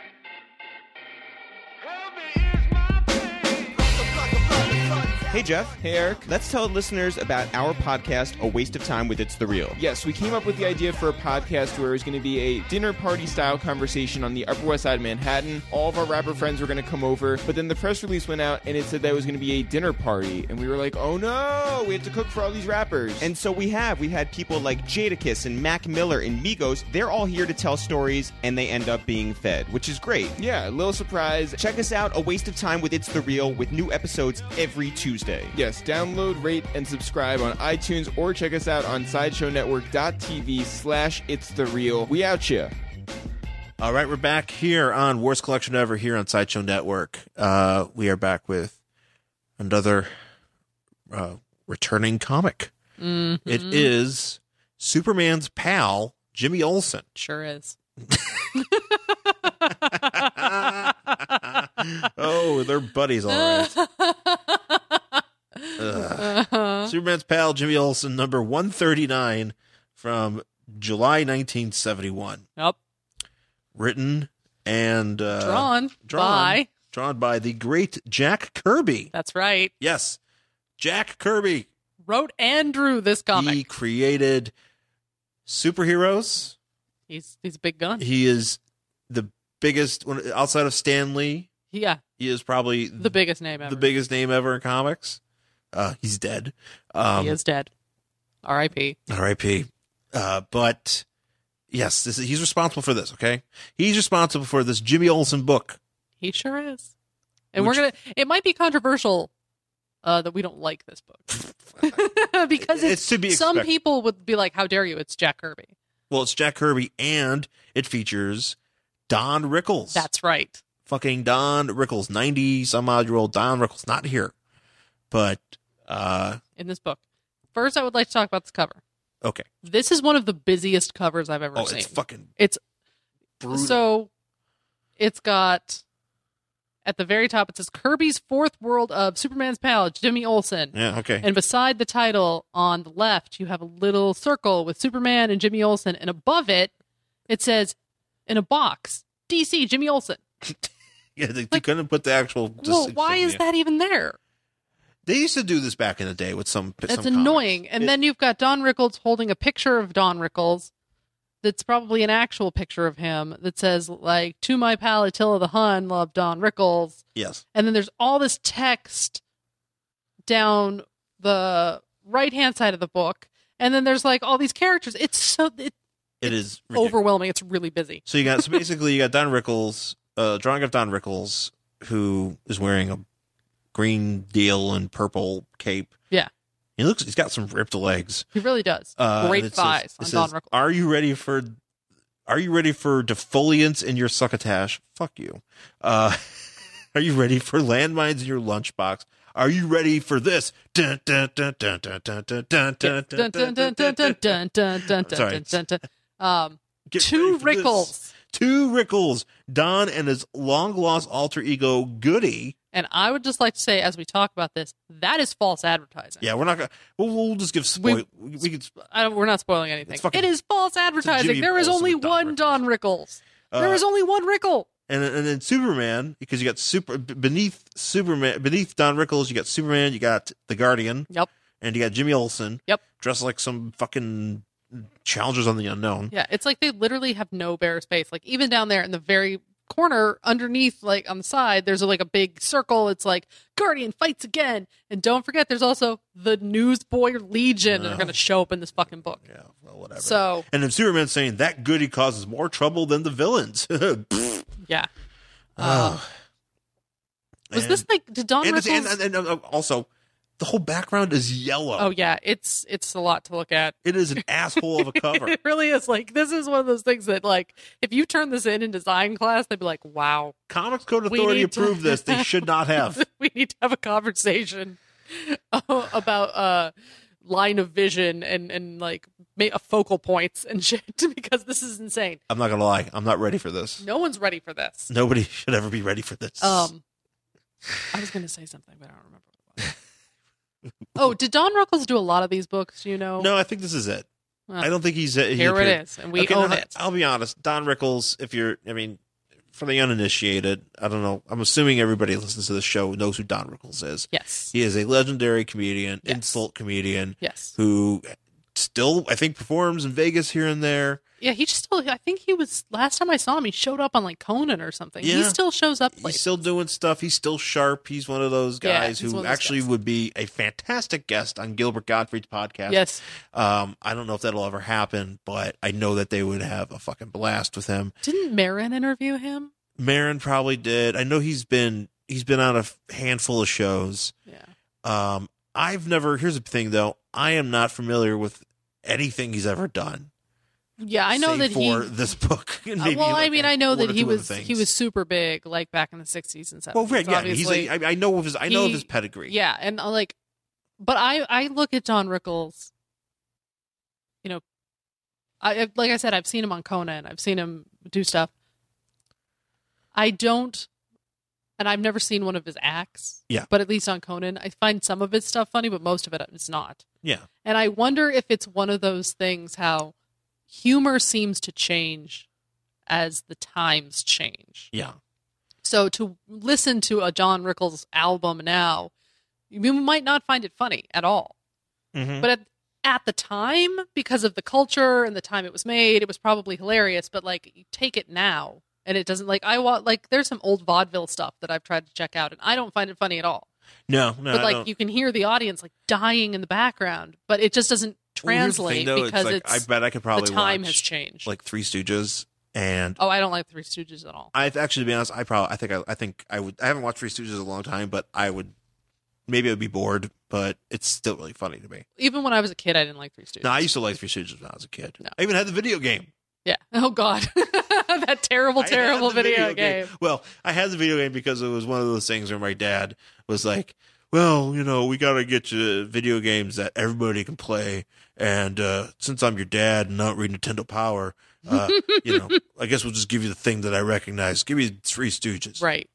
C: Heavy is my pain.
D: Hey Jeff. Hey Eric. Let's tell listeners about our podcast, A Waste of Time with It's the Real. Yes, we came up with the idea for a podcast where it was going to be a dinner party style conversation on the Upper West Side of Manhattan. All of our rapper friends were going to come over, but then the press release went out and it said that it was going to be a dinner party, and we were like, oh no, we have to cook for all these rappers. And so we have. We've had people like Jadakiss and Mac Miller and Migos. They're all here to tell stories, and they end up being fed, which is great. Yeah, little surprise. Check us out, A Waste of Time with It's the Real, with new episodes every Tuesday.
E: Yes, download, rate, and subscribe on iTunes or check us out on SideshowNetwork.tv slash It's The Real. We out ya.
B: All right, we're back here on Worst Collection Ever here on Sideshow Network. Uh, we are back with another uh, returning comic.
A: Mm-hmm.
B: It is Superman's pal Jimmy Olsen.
A: Sure
B: [laughs]
A: is.
B: oh, they're buddies, all right.
A: [laughs] Uh-huh.
B: Superman's pal Jimmy Olsen, number one thirty nine, from July nineteen seventy one,
A: [laughs] Yep.
B: written and uh,
A: Drawn,
B: drawn.
A: by.
B: drawn by the great Jack Kirby.
A: That's right.
B: Yes, Jack Kirby.
A: Wrote and drew this comic.
B: He created superheroes.
A: he's he's a big gun.
B: He is the biggest one outside of Stan Lee.
A: yeah,
B: He is probably
A: the biggest name ever.
B: Mm. the biggest name ever in comics. Uh, he's dead. Um,
A: he is dead. R.I.P.
B: R.I.P. Uh, but yes, this is, he's responsible for this. Okay, he's responsible for this Jimmy Olsen book.
A: He sure is. And
B: Which-
A: we're gonna. It might be controversial uh, that we don't like this book [laughs] because it's,
B: It's to be
A: some
B: expected.
A: people would be like, "How dare you? It's Jack Kirby."
B: Well, it's Jack Kirby, and it features Don Rickles.
A: That's right.
B: fucking Don Rickles, 90 some odd year old Don Rickles, not here. But, uh,
A: In this book. First, I would like to talk about the cover.
B: okay.
A: This is one of the busiest covers I've ever
B: Oh,
A: seen.
B: it's fucking
A: It's-
B: brutal.
A: So it's got at the very top it says Kirby's Fourth World of Superman's Pal, Jimmy Olsen.
B: yeah, okay.
A: And beside the title on the left, you have a little circle with Superman and Jimmy Olsen, and above it it says in a box, DC Jimmy Olsen.
B: yeah, they, they
A: like-
B: couldn't put the actual.
A: Well, why is
B: yeah.
A: that even there?
B: They used to do this back in the day with some.
A: That's
B: some comics.
A: annoying. And
D: It-
A: then you've got Don Rickles holding a picture of Don Rickles that's probably an actual picture of him that says, like, to my pal Attila the Hun, love Don Rickles.
B: Yes.
A: And then there's all this text down the right hand side of the book. And then there's like all these characters. It's so it's
B: It is ridiculous.
A: overwhelming. It's really busy.
B: So you got so basically you got Don Rickles, uh, drawing of Don Rickles, who is wearing a green deal and purple cape.
A: Yeah.
B: he looks. He's got some ripped legs.
A: He really does.
B: Uh,
A: Great
B: and it says-
A: thighs
B: it says,
A: on Don Rickles.
B: Are you ready for? Are you ready for defoliants in your succotash? Fuck you. Uh, [laughs] are you ready for landmines in your lunchbox? Are you ready for this? Dun, dun, dun, dun, dun, dun, dun, dun, dun, dun, dun, dun, dun, dun, dun. Sorry.
A: [laughs] Um,
B: Get
A: two
B: ready for this.
A: Rickles.
B: Two Rickles, Don and his long lost alter ego Goody.
A: And I would just like to say, as we talk about this, that is false advertising.
B: Yeah, we're not gonna. We'll, we'll just give spoil. We, we could.
A: I, we're not spoiling anything.
B: It's fucking-
A: it is false
B: Jimmy
A: advertising. There is
B: Olsen
A: only
B: with Don
A: one
B: Rickles.
A: Don Rickles.
B: Uh,
A: there is only one Rickle.
B: and and then Superman because you got super b- beneath Superman beneath Don Rickles you got Superman you got the Guardian
A: Yep.
B: and you got Jimmy Olsen
A: Yep.
B: dressed like some fucking challengers on the unknown
A: Yeah, it's like they literally have no bare space. Like even down there in the very corner underneath like on the side there's like a big circle it's like guardian fights again and don't forget there's also the newsboy legion that are going to show up in this fucking book
B: yeah well whatever
A: so
B: and then Superman saying that Goody causes more trouble than the villains [laughs] Pfft.
A: yeah
B: Oh.
A: Ah. was
B: And-
A: this like did don
B: and, it's-
A: rickles
B: and, and, and, uh, also the whole background is yellow
A: oh yeah it's it's a lot to look at [laughs]
B: it is an asshole of a cover
A: it really is like this is one of those things that like if you turn this in in design class they'd be like wow
B: Comics Code
A: We
B: Authority
A: need to-
B: approved this they should
A: [laughs]
B: not have
A: we need to have a conversation [laughs] uh, about uh line of vision and and like ma- uh, focal points and [laughs] shit because this is insane
B: I'm not gonna lie I'm not ready for this
A: no one's ready for this
B: nobody [laughs] should ever be ready for this
A: um i was gonna say something but i don't remember what it
B: [laughs]
A: was. oh did don ruckles do a lot of these books do you know
B: No, I think this is it.
A: Huh.
B: I don't think he's. He
A: here
B: appeared-
A: it is and we
B: Okay,
A: own
B: no,
A: it
B: I'll be honest, Don Rickles. If you're, I mean, for the uninitiated, I don't know. I'm assuming everybody who listens to this show knows who Don Rickles is.
A: yes
B: He is a legendary comedian,
A: Yes.
B: insult comedian,
A: yes
B: who still, I think, performs in Vegas here and there.
A: yeah he just still i think he was last time i saw him he showed up on like conan or something he
B: Yeah.
A: still shows up
B: He's
A: places.
B: still doing stuff. He's still sharp. He's one of those
A: Yeah,
B: guys
A: he's one
B: who
A: of those
B: actually
A: guys.
B: would be a fantastic guest on Gilbert Gottfried's podcast.
A: yes
B: Um, I don't know if that'll ever happen, but I know that they would have a fucking blast with him.
A: didn't marin interview him
B: Marin probably did. I know he's been he's been on a f- handful of shows.
A: yeah
B: Um, I've never. Here's the thing, though. I am not familiar with anything he's ever done.
A: Yeah, I know
B: save
A: that
B: for
A: he.
B: this book. [laughs] and
A: Uh,
B: maybe,
A: well, I
B: like,
A: mean,
B: a-
A: I know
B: one
A: that
B: or
A: he
B: two other
A: was he
B: things.
A: was super big like back in the sixties and seventies.
B: Well, right, yeah. I mean, He's
A: obviously,
B: a, I, I know of his. I know of his
A: he-
B: pedigree.
A: yeah, and uh, like, but I I look at Don Rickles. You know, I I- like I said I've seen him on Conan. I've seen him do stuff. I don't, and I've never seen one of his acts.
B: Yeah.
A: but at least on Conan, I find some of his stuff funny, but most of it is not.
B: yeah.
A: And I wonder if it's one of those things how humor seems to change as the times change.
B: Yeah.
A: So to listen to a John Rickles album now, you might not find it funny at all.
B: Mhm.
A: But at, at the time, because of the culture and the time it was made, it was probably hilarious. But like, you take it now and it doesn't like, I want, like, there's some old vaudeville stuff that I've tried to check out and I don't find it funny at all
B: No, no.
A: but
B: I
A: like
B: don't.
A: you can hear the audience like dying in the background, but it just doesn't
B: Well, here's the thing,
A: translate
B: though,
A: because
B: like,
A: it's,
B: I bet I could probably
A: the time
B: watch,
A: has changed.
B: Like Three Stooges and
A: oh, I don't like Three Stooges at all.
B: I actually, to be honest, I probably, I think, I, I think I would. I haven't watched Three Stooges in a long time, but I would. Maybe I'd be bored, but it's still really funny to me.
A: Even when I was a kid, I didn't like Three Stooges.
B: No, I used to like Three Stooges when I was a kid.
A: No.
B: I even had the video game.
A: yeah. [laughs] Oh God. that terrible,
B: I had
A: terrible
B: the
A: video, game.
B: Well, I had the video game because it was one of those things where my dad was like, "Well, you know, we got to get you video games that everybody can play." And uh, since I'm your dad and not read Nintendo Power, uh,
A: [laughs]
B: you know, I guess we'll just give you the thing that I recognize. Give me Three Stooges,
A: Right.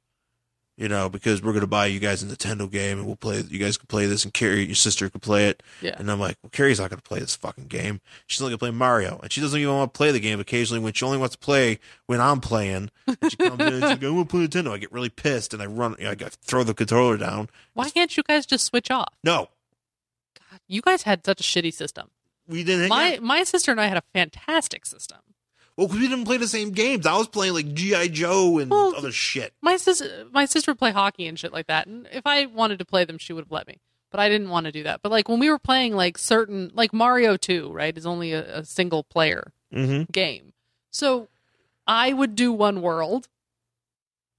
B: you know, because we're gonna buy you guys a Nintendo game and we'll play. You guys can play this, and Carrie, your sister, could play it.
A: Yeah.
B: And I'm like, well, Carrie's not gonna play this fucking game. She's only gonna play Mario, and she doesn't even want to play the game. Occasionally, when she only wants to play when I'm playing, she comes in and she's like, I want to play Nintendo. I get really pissed and I run. You know, I go- throw the controller down.
A: Why can't you guys just switch off?
B: No,
A: You guys had such a shitty system.
B: we didn't. Hang
A: My
B: out.
A: my sister and I had a fantastic system.
B: Well, 'cause we didn't play the same games. I was playing like GI Joe and
A: Well,
B: other shit.
A: My sister my sister would play hockey and shit like that, and if I wanted to play them, she would have let me. But I didn't want to do that. But like when we were playing like certain like Mario Two, right, is only a, a single player
B: Mm-hmm.
A: game. So I would do one world,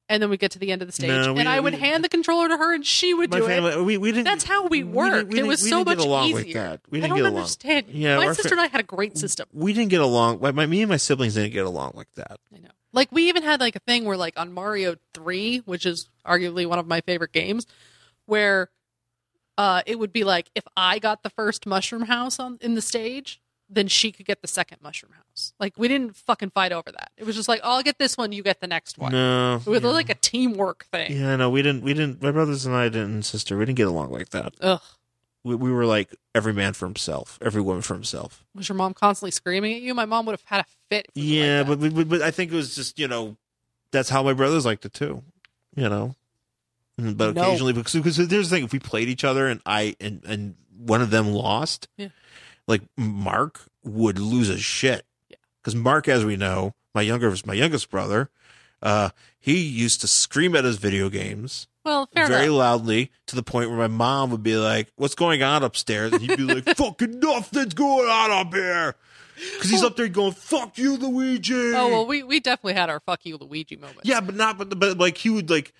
A: and then we get to the end of the stage,
B: No, we-
A: and I would
B: we-
A: hand the controller to her, and she would
B: My
A: do it.
B: family, we, we didn't.
A: That's how we
B: didn't-
A: worked.
B: we
A: it was
B: didn't-
A: so
B: we didn't
A: much
B: get along
A: easier.
B: with that. We
A: I
B: didn't
A: don't
B: get along.
A: understand.
B: Yeah,
A: my
B: our
A: sister
B: fa-
A: and I had a great system.
B: we didn't get along. My, my me and my siblings didn't get along like that.
A: I know. Like we even had like a thing where like on Mario 3, which is arguably one of my favorite games, where uh it would be like if I got the first mushroom house on in the stage, then she could get the second mushroom house. Like we didn't fucking fight over that. It was just like, oh, I'll get this one, you get the next one.
B: No,
A: It was
B: yeah.
A: like a teamwork thing.
B: yeah, no, we didn't. We didn't. My brothers and I didn't. and Sister, we didn't get along like that.
A: Ugh.
B: We, we were like every man for himself, every woman for himself.
A: Was your mom constantly screaming at you? My mom would have had a fit. if we were like
B: Yeah,
A: that.
B: but, we- but but I think it was just you know that's how my brothers liked it too, you know. Mm, But
A: No.
B: occasionally, because, because there's the thing: if we played each other and I and and one of them lost,
A: Yeah.
B: like Mark would lose his shit.
A: Yeah.
B: Because Mark, as we know, my younger my youngest brother, uh, he used to scream at his video games.
A: well, fair
B: very
A: enough.
B: loudly to the point where my mom would be like, "What's going on upstairs?" And he'd be
A: [laughs]
B: like, "Fucking nothing's going on up here," because he's up there going, "Fuck you, Luigi."
A: Oh well, we, we definitely had our fuck you Luigi moment.
B: yeah, but not, but but like he would like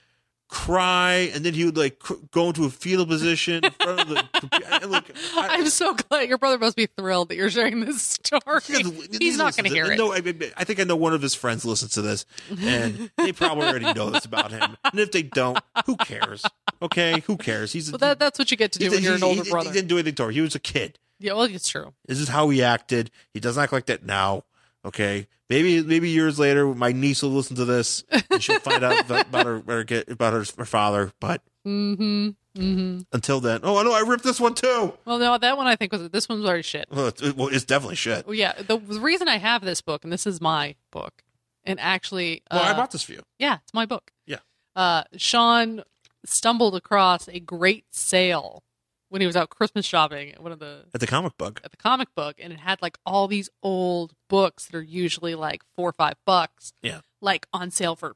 B: cry, and then he would like cr- go into a fetal position in front
A: [laughs]
B: of the computer. And, like, I-
A: I'm so glad your brother must be thrilled that you're sharing this story.
B: Yeah, the- he
A: He's not going
B: listens
A: to hear it.
B: No, I, mean, I think I know one of his friends listens to this, and they probably already know this about him. And if they don't, who cares? Okay, who cares? He's
A: Well, that, that's what you get to do
B: He
A: when
B: did-
A: you're an
B: he-
A: older
B: he-
A: brother.
B: He didn't do anything to her. He was a kid.
A: yeah, well, it's true.
B: This is how he acted. He doesn't act like that now. Okay, maybe maybe years later, my niece will listen to this and she'll find out about about her about her, kid- about her, her father. But
A: Mm-hmm. Mm-hmm.
B: until then, oh no, I ripped this one too.
A: Well, no, that one I think was this one's already shit.
B: Well, it's, it- well, it's definitely shit.
A: Well, yeah, the, the reason I have this book, and this is my book, and actually,
B: Well, I
A: uh,
B: bought this for you.
A: yeah, it's my book.
B: Yeah.
A: Uh, Sean stumbled across a great sale when he was out Christmas shopping at one of the
B: at the comic book.
A: at the comic book and it had like all these old books that are usually like four or five bucks.
B: Yeah.
A: Like on sale for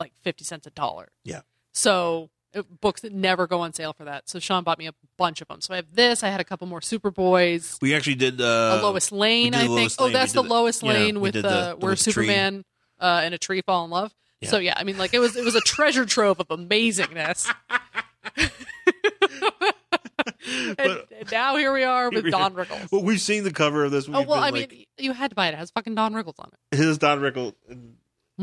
A: like 50 cents a dollar.
B: Yeah.
A: So uh, books that never go on sale for that. So Sean bought me a bunch of them. So I have this. I had a couple more Superboys.
B: We actually did
A: A
B: uh,
A: Lois Lane,
B: did
A: I
B: the
A: think.
B: Lois
A: Oh,
B: Lane. We
A: that's
B: did
A: the
B: the-
A: Lois
B: yeah,
A: Lane
B: we
A: with
B: did
A: the,
B: the-
A: where
B: with the tree.
A: Superman uh, and a tree fall in love.
B: Yeah.
A: So yeah, I mean, like it was it was a treasure trove of
B: [laughs]
A: amazingness. [laughs] and,
B: [laughs] But-
A: and now here we are
B: Here
A: with
B: we are.
A: Don Rickles.
B: Well, we've seen the cover of this.
A: Oh
B: We've
A: well,
B: been,
A: I
B: like,
A: mean, you had to buy it. It has fucking Don Rickles on it.
B: his Don Rickles
A: [laughs]
B: in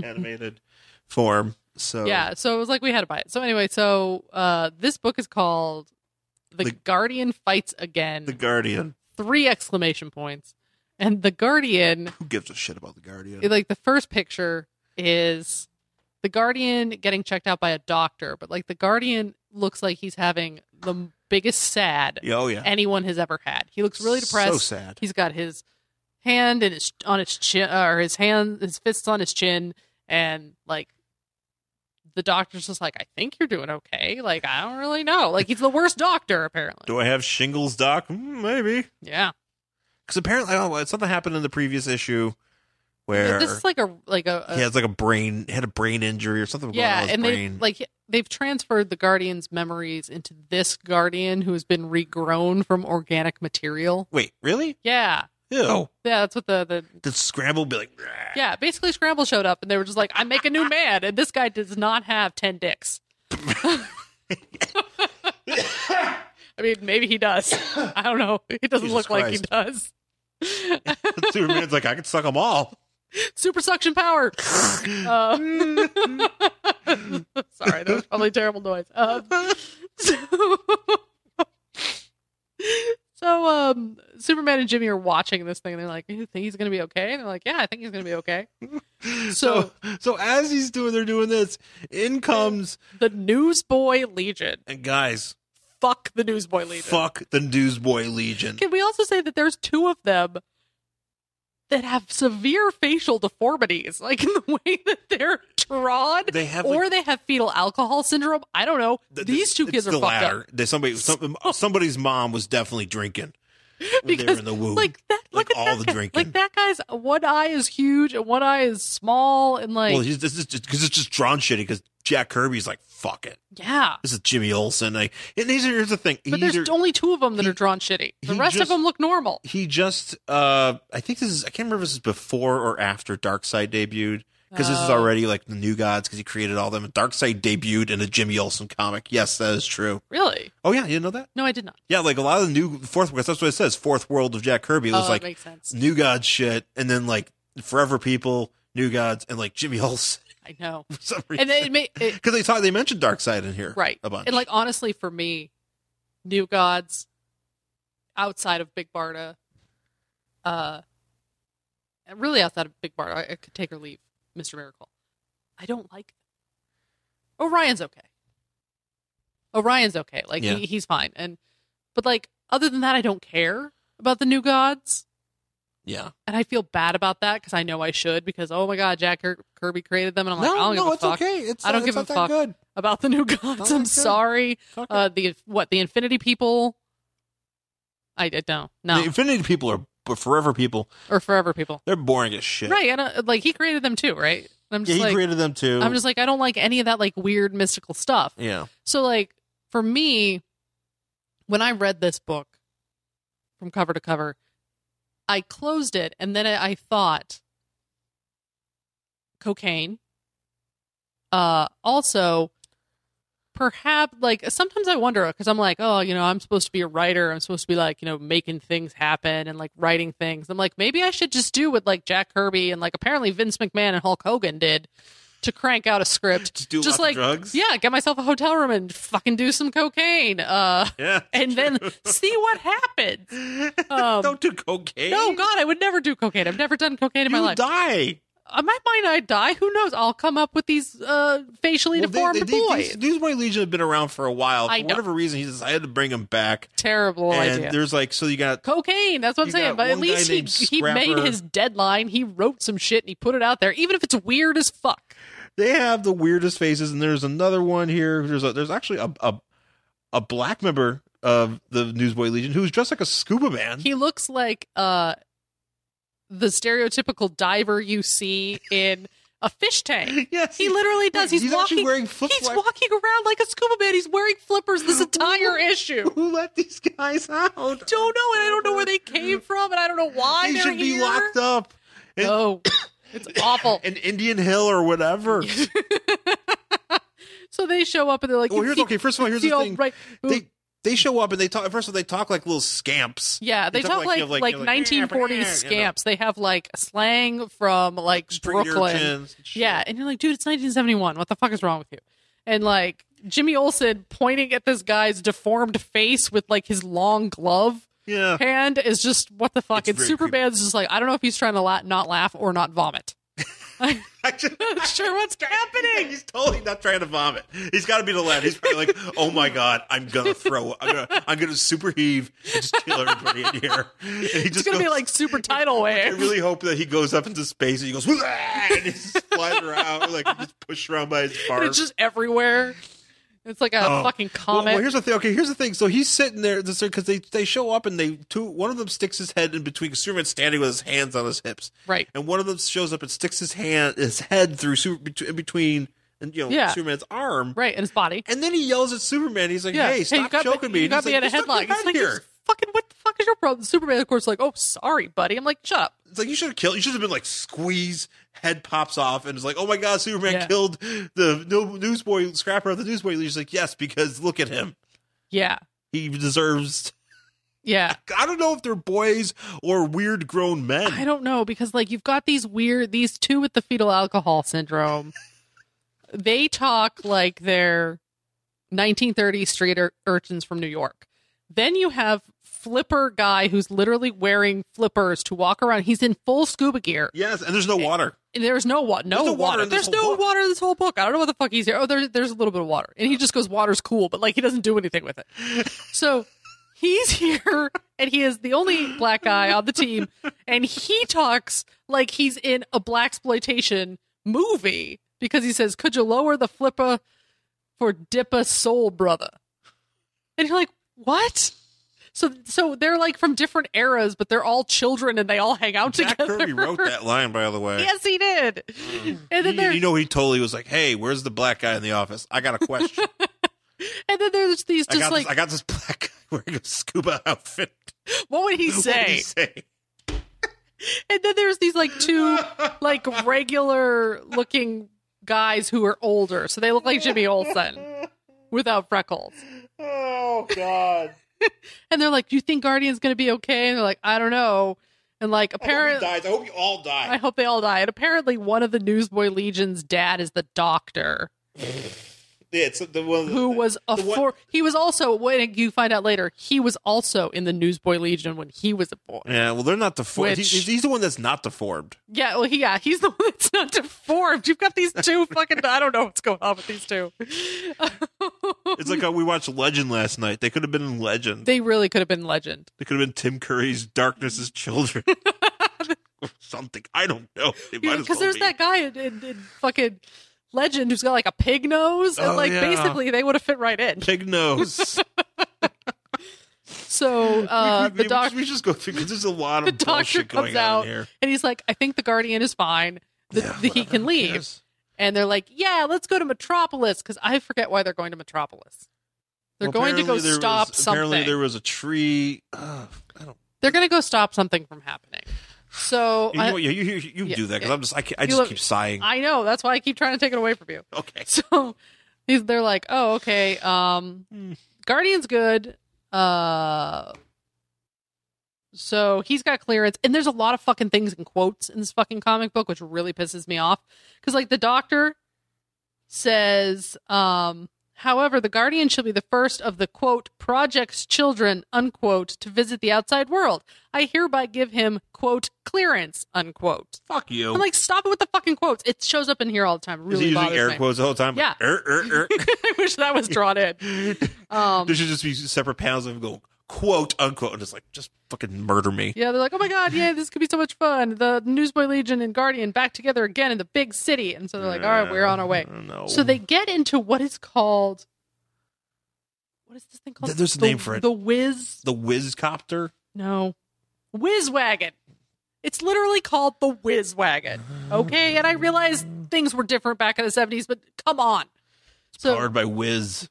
B: animated form. So
A: Yeah, so it was like we had to buy it. So anyway, so uh, this book is called "The,
B: The-
A: Guardian Fights Again."
B: the Guardian.
A: three exclamation points, and the Guardian,
B: Who gives a shit about the Guardian?
A: like the first picture is the Guardian getting checked out by a doctor, but like the Guardian looks like he's having the biggest sad
B: Yeah, oh yeah,
A: anyone has ever had. He looks really depressed.
B: So sad.
A: He's got his hand in his on his chin, uh, or his hand, his fists on his chin, and like the doctor's just like, "I think you're doing okay." Like, I don't really know. Like, he's the worst doctor apparently.
B: Do I have shingles, Doc? Mm, maybe.
A: yeah,
B: Because apparently, I don't know, something happened in the previous issue where
A: this is like a like a, a
B: he has like a brain, had a brain injury or something.
A: yeah,
B: going on with his
A: and they
B: brain.
A: like they've transferred the guardian's memories into this guardian who has been regrown from organic material.
B: wait, really?
A: Yeah,
B: Ew.
A: yeah, that's what the the
B: The scramble be like, "Rah."
A: Oh.
B: [laughs]
A: Yeah, basically Scramble showed up and they were just like, I make a new man, and this guy does not have ten dicks. [laughs] I mean, maybe he does. I don't know. He doesn't look
B: Jesus
A: like he
B: Christ.
A: does.
B: Superman's like, I could suck them all.
A: Super suction
B: [laughs]
A: power. Uh, [laughs] sorry, that was probably a terrible noise. Um, [laughs] so, so um, Superman and Jimmy are watching this thing. And they're like, "You think he's gonna be okay?" And they're like, "Yeah, I think he's gonna be
B: [laughs]
A: okay." So
B: So, so as he's doing, they're doing this. In comes
A: the Newsboy Legion.
B: and guys,
A: Fuck the Newsboy Legion.
B: fuck the Newsboy Legion.
A: Can we also say that there's two of them that have severe facial deformities, [laughs] like in the way that they're drawn,
B: They have,
A: or
B: like-
A: they have fetal alcohol syndrome. I don't know.
B: Th- th-
A: These two
B: it's
A: kids are
B: the
A: fucked
B: latter.
A: up.
B: They-
A: [laughs]
B: somebody, some, somebody's mom was definitely drinking when they were
A: Because,
B: in the womb.
A: Like that,
B: Like
A: look at
B: all
A: that
B: the
A: guy.
B: drinking.
A: Like that guy's one eye is huge and one eye is small, and like
B: well, he's, this is because it's just drawn shitty. Because Jack Kirby's like, fuck it.
A: yeah.
B: This is Jimmy Olsen. Like, and these are here's the thing.
A: But
B: He's
A: there's
B: a-
A: only two of them that
B: he-
A: are drawn shitty. The
B: he
A: rest of
B: just-
A: them look normal.
B: he just uh i think this is i can't remember if this is before or after dark side debuted because this is
A: Oh.
B: already like the new gods because he created all them dark side debuted in a jimmy olsen comic yes that is true
A: Really?
B: oh yeah you didn't know that
A: No, I did not.
B: yeah like a lot of the new fourth world that's what it says fourth world of jack kirby it was
A: oh,
B: like
A: that makes sense.
B: new gods shit and then like forever people new gods and like jimmy olsen [laughs]
A: I know.
B: for some reason
A: And then it, may, it
B: because they thought they mentioned dark side in [laughs] here
A: right
B: a bunch
A: and like honestly for me new gods outside of big barda uh and really outside of big barda i, I could take or leave mr miracle i don't like them. orion's okay orion's okay like
B: Yeah.
A: he, he's fine and but like other than that i don't care about the new gods
B: yeah
A: and i feel bad about that because i know i should because oh my god jack Kir- kirby created them and i'm like i don't give a fuck
B: okay it's
A: I don't give a fuck.
B: good
A: about the new gods i'm
B: okay.
A: sorry
B: Fuck it.
A: uh, the what the Infinity People. I, I don't no
B: the infinity people are but forever people
A: or Forever People.
B: They're boring as shit.
A: Right, I don't, like he created them too, right? And I'm
B: Yeah,
A: just
B: he
A: like
B: created them too.
A: I'm just like I don't like any of that like weird mystical stuff.
B: yeah.
A: So like for me, when I read this book from cover to cover, I closed it and then I, I thought cocaine. Uh also perhaps like sometimes I wonder because I'm like, oh, you know, I'm supposed to be a writer. I'm supposed to be like, you know, making things happen and like writing things. I'm like, maybe I should just do what like Jack Kirby and like apparently Vince McMahon and Hulk Hogan did to crank out a
B: [laughs]
A: script
B: Just do
A: just
B: lots of
A: like
B: drugs.
A: yeah get myself a hotel room and fucking do some cocaine uh
B: Yeah.
A: [laughs] and then see what happens um,
B: [laughs] don't do cocaine.
A: no god i would never do cocaine i've never done cocaine in my
B: You
A: life
B: die.
A: i might might i die who knows i'll come up with these uh facially
B: Well,
A: deformed boys
B: these- Newsboy Legion have been around for a while. For
A: I know.
B: whatever reason, he decided to bring them back.
A: terrible
B: and
A: idea
B: there's like, so you got
A: cocaine that's what i'm
B: You
A: saying
B: got
A: but at
B: one guy
A: least he,
B: named
A: he made
B: Scrapper.
A: his deadline he wrote some shit and he put it out there even if it's weird as fuck
B: they have the weirdest faces, and there's another one here. There's a, there's actually a, a a black member of the Newsboy Legion who's dressed like a scuba man.
A: he looks like uh the stereotypical diver you see in a fish tank
B: [laughs] yes,
A: He literally does. He's,
B: he's
A: walking.
B: actually wearing flip
A: he's walking around like a scuba man. He's wearing flippers
B: [laughs]
A: this entire issue.
B: Who let these guys out?
A: [laughs] Don't know, and I don't know where they came from, and I don't know why
B: they
A: are
B: should
A: here.
B: be locked up in-
A: No, it's
B: [laughs]
A: awful.
B: in Indian Hill or
A: [laughs]
B: whatever.
A: so they show up and they're like,
B: Well,
A: "You
B: here's
A: feel-
B: okay. First of all, here's the
A: feel
B: thing.
A: right."
B: They they show up and they talk. First of all, they talk like little scamps.
A: yeah, they
B: talk
A: talk
B: like-
A: like
B: you know, like-
A: like
B: you're like,
A: 1940s
B: "Eh, eh, eh," you know.
A: scamps. They have like slang from like
B: Street
A: Brooklyn.
B: urchins and shit.
A: Yeah, and you're like, dude, it's 1971. What the fuck is wrong with you? And like Jimmy Olsen pointing at this guy's deformed face with like his long glove.
B: yeah. [laughs]
A: hand is just what the fuck.
B: It's
A: and
B: very
A: Superman's just like, I don't know if he's trying to la- not laugh or not vomit. [laughs] I'm
B: I just-
A: not sure [laughs] what's happening.
B: He's totally not trying to vomit. He's got to be the lad. He's probably like, "Oh my god, I'm
A: [laughs]
B: gonna throw. I'm gonna, I'm gonna super heave and just kill everybody in here." And he
A: It's
B: just
A: gonna be
B: goes-
A: like
B: [laughs]
A: super tidal
B: I
A: wave.
B: really hope that he goes up into space and he goes, "Wah!" and he's just flying around, like just pushed
A: [laughs]
B: around by his
A: And [laughs]
B: barf.
A: it's just everywhere. It's like a
B: Oh.
A: fucking
B: Well,
A: comet.
B: Well, here's the thing. Okay, here's the thing. So he's sitting there because they they show up and they two one of them sticks his head in between. 'cause Superman's standing with his hands on his hips,
A: right.
B: and one of them shows up and sticks his hand his head through super, between, in between and you know
A: Yeah.
B: Superman's arm.
A: Right. And his body.
B: And then he yells at Superman. He's like,
A: Yeah.
B: "Hey,
A: you
B: stop
A: got
B: choking
A: me.
B: me!"
A: You
B: And
A: got
B: he's
A: me
B: like,
A: at a headlock.
B: "Just put your
A: He's
B: head
A: like,
B: here.
A: fucking, what the fuck is your problem? Superman, of course, like, oh, sorry, buddy. I'm like, shut up.
B: It's like you should have killed. You should have been like squeeze. Head pops off and it's like, "Oh my God, Superman
A: Yeah.
B: killed the no- newsboy scrapper of the newsboy." He's like, "Yes, because look at him.
A: Yeah.
B: He deserves
A: Yeah.
B: I don't know if they're boys or weird grown men.
A: I don't know because like you've got these weird these two with the fetal alcohol syndrome. [laughs] they talk like they're 1930s street ur- urchins from New York. Then you have flipper guy who's literally wearing flippers to walk around. He's in full scuba gear.
B: Yes, and there's no water.
A: And there's no water. No,
B: There's no
A: water.
B: water in this
A: There's
B: whole
A: no
B: book.
A: water in this whole book. I don't know what the fuck he's here. Oh, there, there's a little bit of water, and he just goes, "Water's cool," but like he doesn't do anything with it.
B: [laughs]
A: So he's here, and he is the only black guy on the team, and he talks like he's in a black exploitation movie because he says, "Could you lower the flipper for Dippa Soul Brother?" And you're like, "What?" So, so they're like from different eras, but they're all children, and they all hang out
B: Jack
A: [laughs] together.
B: Kirby wrote that line, by the way.
A: Yes, he did. And then
B: Mm. You,
A: there,
B: you know, he totally was like, "Hey, where's the black guy in the office? I got a question.
A: [laughs] and then there's these
B: I
A: just
B: got
A: like,
B: this, I got this black guy [laughs] wearing a scuba outfit.
A: what would he
B: [laughs] What did
A: say?
B: he say?
A: And then there's these like
B: [laughs]
A: two like regular looking guys who are older, so they look like Jimmy Olsen without freckles.
B: Oh God!
A: [laughs] And they're like, "Do you think Guardian's going to be okay?" And they're like, "I don't know." And like,
B: Oh,
A: apparently,
B: I hope you all die.
A: I hope they all die. And apparently, one of the Newsboy Legion's dad is the doctor.
B: Yeah, it's the one
A: who was a
B: the one-
A: four. He was also when you find out later, he was also in the Newsboy Legion when he was a boy.
B: Yeah, well, they're not deformed.
A: Which-
B: He- he's the one that's not deformed.
A: Yeah, well, he, yeah, he's the [laughs] one that's not deformed. You've got these two fucking. I don't know what's going on with these two. [laughs]
B: It's like how we watched Legend last night. They could have been in Legend. They,
A: they really could have been legend.
B: could have been Tim Curry's Darkness
A: [laughs]
B: is Children. or something. I don't know. They might as
A: Because
B: well
A: there's
B: be.
A: that guy in, in, in fucking Legend who's got like a pig nose, and
B: Oh,
A: like
B: yeah.
A: basically they would have fit right in.
B: pig nose. [laughs]
A: So [laughs] uh,
B: we,
A: the
B: we-
A: doctor.
B: we just go through because there's a lot
A: [laughs]
B: of
A: the doctor
B: bullshit
A: comes
B: going
A: out
B: on in here.
A: and he's like, I think the Guardian is fine. The, the, he can leave.
B: cares?
A: And they're like, Yeah, let's go to Metropolis because I forget why they're going to Metropolis. They're
B: Well,
A: going to go
B: apparently there
A: stop
B: was-
A: something.
B: Apparently, there was a tree. Ugh, I don't.
A: They're going to go stop something from happening. So
B: You,
A: I,
B: know, you, you, you, you
A: yeah,
B: do that because
A: yeah.
B: I'm just. I, ca- I
A: You
B: just
A: look-
B: keep sighing.
A: I know that's why I keep trying to take it away from you. [laughs]
B: okay.
A: So he's, they're like, Oh, okay. Um, Guardian's good. Uh, so he's got clearance, and there's a lot of fucking things in quotes in this fucking comic book, which really pisses me off. Because like the doctor says, um, however, the guardian shall be the first of the quote project's children unquote to visit the outside world. I hereby give him quote clearance unquote.
B: Fuck you.
A: I'm like, stop it with the fucking quotes. It shows up in here all the time. It
B: Is
A: Really
B: he using
A: bothers
B: air
A: me.
B: quotes the whole time?
A: Yeah.
B: Er, er, er.
A: [laughs] I wish that was drawn in. [laughs] Um,
B: [laughs] there should just be separate panels of him going quote unquote and it's like just fucking murder me.
A: Yeah, they're like, oh my god, yeah, this could be so much fun. The Newsboy Legion and Guardian back together again in the big city, and so they're like, all right, we're on our way.
B: No.
A: So they get into what is called what is this thing called?
B: Th- there's a
A: The-
B: name for it.
A: The Whiz.
B: the whiz copter.
A: No, Whiz Wagon. It's literally called the Whiz Wagon. Okay, and I realize things were different back in the seventies, but come on. So
B: powered by whiz.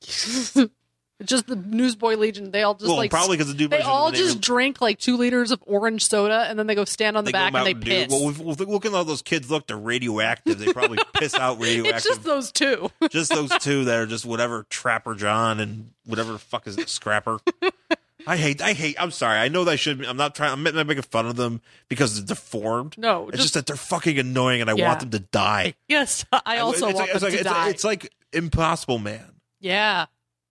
A: [laughs] just the Newsboy Legion, they all just
B: well,
A: like
B: probably because the dude
A: they
B: version
A: all
B: when
A: just drink like two liters of orange soda and then they go stand on the
B: they
A: back
B: go
A: and they
B: Mountain Dew.
A: piss.
B: Well, we've, well, look at all those kids. Look, they're radioactive. They probably piss out
A: [laughs]
B: radioactive.
A: it's just those two. [laughs]
B: Just those two that are just whatever Trapper John and whatever the fuck is
A: [laughs]
B: it, Scrapper. I hate. I hate. I'm sorry. I know that I should. be- I'm not trying. I'm not making fun of them because they're deformed.
A: No,
B: it's
A: just,
B: just that they're fucking annoying, and I
A: Yeah.
B: want them to die.
A: yes. I also want
B: it's like,
A: them to
B: it's like,
A: die.
B: It's, like Impossible Man.
A: yeah,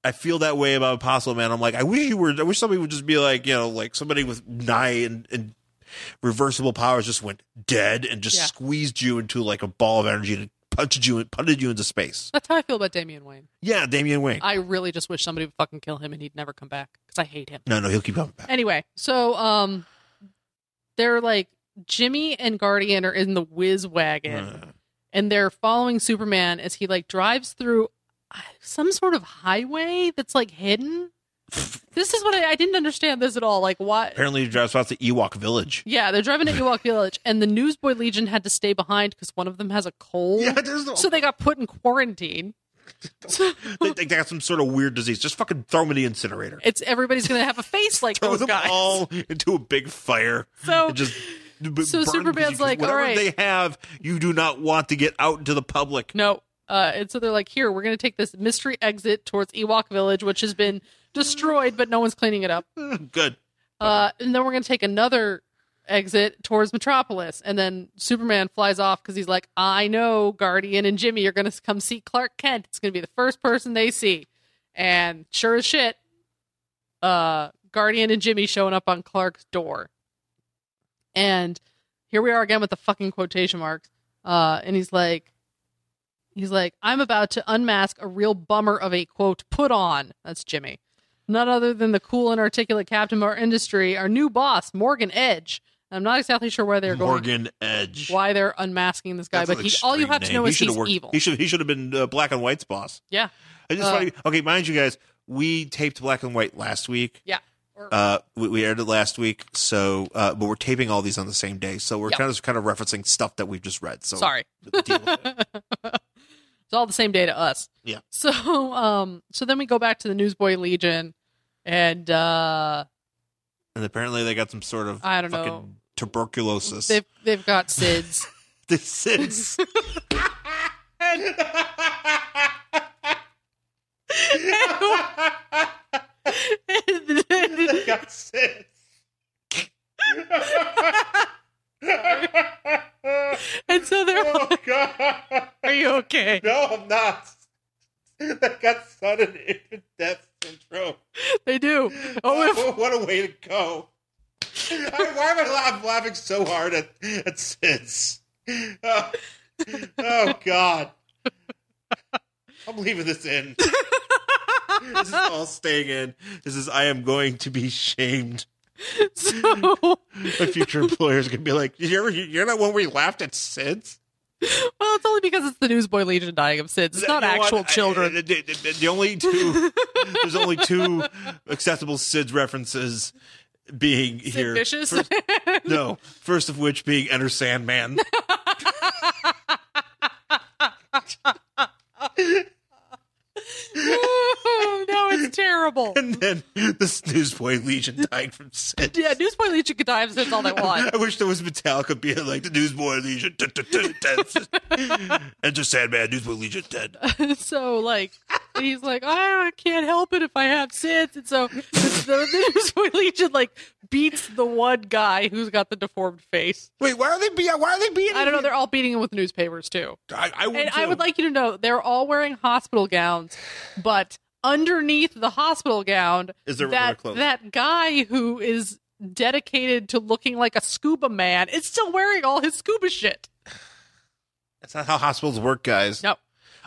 B: I feel that way about Impossible Man. I'm like, I wish you were. I wish somebody would just be like, you know, like somebody with nigh and, and reversible powers just went dead and just
A: Yeah.
B: squeezed you into like a ball of energy and punched you and punted you into space.
A: that's how I feel about Damian Wayne.
B: Yeah, Damian Wayne.
A: I really just wish somebody would fucking kill him and he'd never come back because I hate him.
B: no, no, he'll keep coming back.
A: Anyway, so um, they're like Jimmy and Guardian are in the whiz wagon
B: Uh,
A: and they're following Superman as he like drives through uh, some sort of highway that's like hidden. this is what I, I didn't understand this at all. Like, why?
B: apparently, he drives past the
A: [laughs]
B: Ewok village.
A: Yeah, they're driving to Ewok Village, and the Newsboy Legion had to stay behind because one of them has a cold.
B: Yeah, there's no.
A: So they got put in quarantine. So
B: [laughs] they, they got some sort of weird disease. Just fucking throw them in the incinerator.
A: it's everybody's gonna have a face
B: [laughs]
A: like
B: Throw
A: those
B: them
A: guys.
B: all into a big fire.
A: [laughs] so
B: and just b- burn 'cause
A: So
B: you- 'cause
A: Superman's like,
B: whatever
A: "All right."
B: they have, you do not want to get out into the public.
A: no, uh, and so they're like, here we're gonna take this mystery exit towards Ewok Village, which has been destroyed, but no one's cleaning it up.
B: [laughs] Good.
A: Uh, and then we're going to take another exit towards Metropolis. And then Superman flies off because he's like, I know Guardian and Jimmy are going to come see Clark Kent. It's going to be the first person they see. And sure as shit, uh, Guardian and Jimmy showing up on Clark's door. And here we are again with the fucking quotation marks. Uh, and he's like, he's like, I'm about to unmask a real bummer of a quote put on. That's Jimmy. None other than the cool and articulate captain of our industry, our new boss, Morgan Edge. I'm not exactly sure where they're going,
B: Morgan Edge.
A: why they're unmasking this guy,
B: That's
A: but
B: an
A: he, all you
B: extreme
A: have to
B: name.
A: know
B: He
A: is
B: should've
A: he's
B: worked-
A: evil.
B: He should he should have been uh, Black and White's boss.
A: yeah.
B: I just
A: Uh,
B: want to, okay, mind you guys, we taped Black and White last week.
A: Yeah. Or-
B: Uh, we, we aired it last week, so uh, but we're taping all these on the same day, so we're
A: Yeah.
B: kind of kind of referencing stuff that we've just read. So
A: Sorry. [laughs]
B: deal with it.
A: it's all the same day to us.
B: Yeah.
A: So um so then we go back to the Newsboy Legion and uh
B: And apparently they got some sort of
A: I don't
B: fucking
A: know.
B: tuberculosis. [laughs]
A: they've they've got SIDS.
B: This
A: [laughs]
B: [laughs] is
A: and so they're like,
B: Oh, God.
A: Are you okay?
B: No, I'm not. That got sudden infant death syndrome.
A: They do. Oh if
B: what a way to go. I, why am I la- I'm laughing so hard at, at Sid's? Oh, oh, God. I'm leaving this in. this is all staying in. This is, I am going to be shamed.
A: so
B: [laughs] My future employer's going to be like, you're, you're not one where you laughed at Sid's?
A: Well, it's only because it's the Newsboy Legion dying of SIDS. It's not
B: You know what?
A: actual
B: I-
A: children.
B: the, the- the- the
A: [laughs]
B: only two, there's only two acceptable Sid's references being here.
A: Vicious.
B: First- no, first of which being
A: [laughs]
B: Enter Sandman.
A: Oh, [laughs] no, it's
B: [laughs]
A: terrible.
B: and then the Newsboy Legion dying from Sid.
A: Yeah, Newsboy Legion could die of SIDS all they want.
B: I wish there was Metallica being like the Newsboy Legion. duh, duh, duh, duh, Enter Sandman, Newsboy Legion dead.
A: [laughs] so like and he's like I can't help it if I have SIDS, and so the, the [laughs] Newsboy Legion like beats the one guy who's got the deformed face.
B: Wait, why are they being? Why are they being?
A: I don't know. They're all beating him with newspapers too.
B: I, I would,
A: And I
B: too.
A: would like you to know they're all wearing hospital gowns, but underneath the hospital gown
B: Is there regular
A: that
B: clothes?
A: that guy who is dedicated to looking like a scuba man is still wearing all his scuba shit.
B: That's not how hospitals work, guys.
A: No.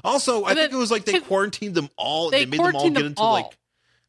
B: Also, I
A: And
B: think it
A: then-
B: was
A: [laughs]
B: like they
A: because-
B: quarantined them all. and
A: they,
B: They, made them all
A: quarantine
B: get
A: them
B: into
A: all
B: like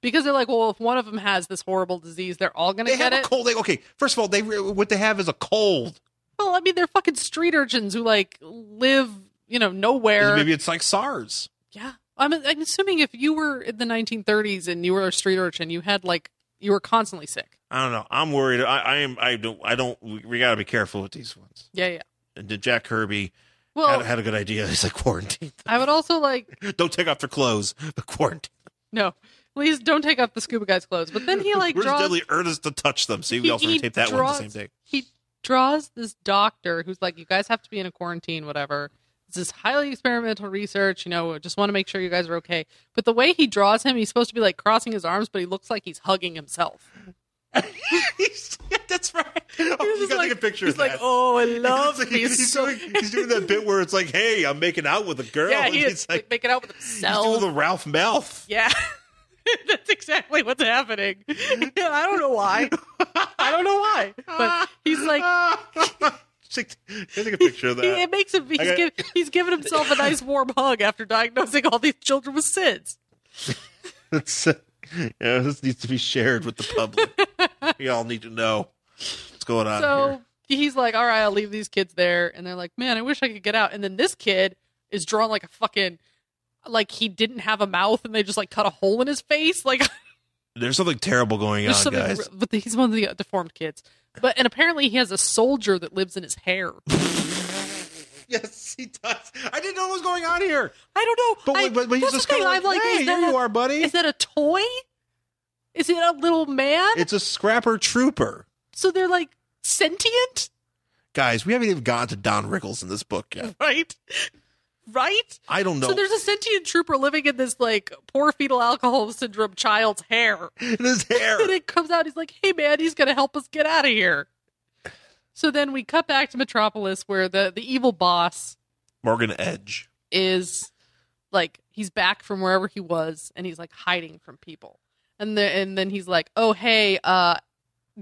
A: because they're like, well, if one of them has this horrible disease, they're all going to
B: they
A: get
B: have a
A: it.
B: cold. They, okay, first of all, they re- what they have is a cold.
A: well, I mean, they're fucking street urchins who like live, you know, nowhere.
B: Maybe it's like SARS.
A: yeah, I'm, I'm assuming if you were in the 1930s and you were a street urchin, you had like you were constantly sick.
B: I don't know. I'm worried. I, I am. I don't. I don't. We, we got to be careful with these ones.
A: Yeah, yeah.
B: And then Jack Kirby
A: Well,
B: had, had a good idea. [laughs] He's like quarantine.
A: I would also like
B: them. Don't take off their clothes, but quarantine.
A: no, please don't take off the scuba guy's clothes. But then he like
B: [laughs] We're
A: draws
B: deadly earnest to touch them. See, we
A: He-
B: also
A: he
B: taped that one the
A: draws- [laughs]
B: same day.
A: he draws this doctor who's like, you guys have to be in a quarantine, whatever. This is highly experimental research. You know, just want to make sure you guys are okay. But the way he draws him, he's supposed to be like crossing his arms, but he looks like he's hugging
B: [laughs]
A: himself. [laughs]
B: That's right. Oh,
A: He's
B: you
A: just
B: got
A: like,
B: to take a picture
A: he's
B: of
A: like,
B: that.
A: oh, I love
B: It's like
A: me.
B: [laughs] he's, he's
A: so-"
B: doing, he's doing that bit where it's like, hey, I'm making out with a girl.
A: [laughs] yeah,
B: and
A: he
B: he's
A: is
B: like,
A: like, making out with
B: [laughs] he's doing
A: himself.
B: the Ralph Mouth.
A: [laughs] yeah, [laughs] that's exactly what's happening. [laughs] Yeah, I don't know
B: [laughs]
A: why. I don't know why, but he's like.
B: Take take a picture of
A: He, [laughs]
B: that.
A: it makes him. He's,
B: I [laughs] got-
A: giv he's giving himself a nice warm hug after diagnosing all these children with SIDS.
B: That's, uh, yeah, this needs to be shared with the
A: [laughs]
B: public. we all need to know what's going on
A: So he's like, "All right, I'll leave these kids there," and they're like, "Man, I wish I could get out." And then this kid is drawn like a fucking, like he didn't have a mouth, and they just like cut a hole in his face. [laughs] Like
B: here. There's something terrible going
A: there's
B: on,
A: something,
B: guys.
A: r- but he's one of the deformed kids. But and apparently he has a soldier that lives in his hair.
B: yes, he does. I didn't know what was going on here.
A: I don't know.
B: But,
A: I-
B: wait, but, but he's
A: that's
B: just
A: the
B: kind
A: thing.
B: of
A: I'm like,
B: like, hey,
A: is
B: here
A: that
B: you
A: a-
B: are, buddy.
A: Is that a toy? Is it a little man?
B: It's a scrapper trooper.
A: so they're like sentient. [laughs]
B: Guys, we haven't even gotten to Don Rickles in this book yet.
A: right? right?
B: I don't know.
A: So there's a sentient trooper living in this like poor fetal alcohol syndrome child's
B: [laughs]
A: hair.
B: [laughs] in
A: [laughs]
B: his hair.
A: And it comes out, he's like, hey man, he's gonna help us get out of here. So then we cut back to Metropolis where the, the evil boss
B: Morgan Edge.
A: is like he's back from wherever he was and he's like hiding from people. And the, and then he's like, "Oh hey, uh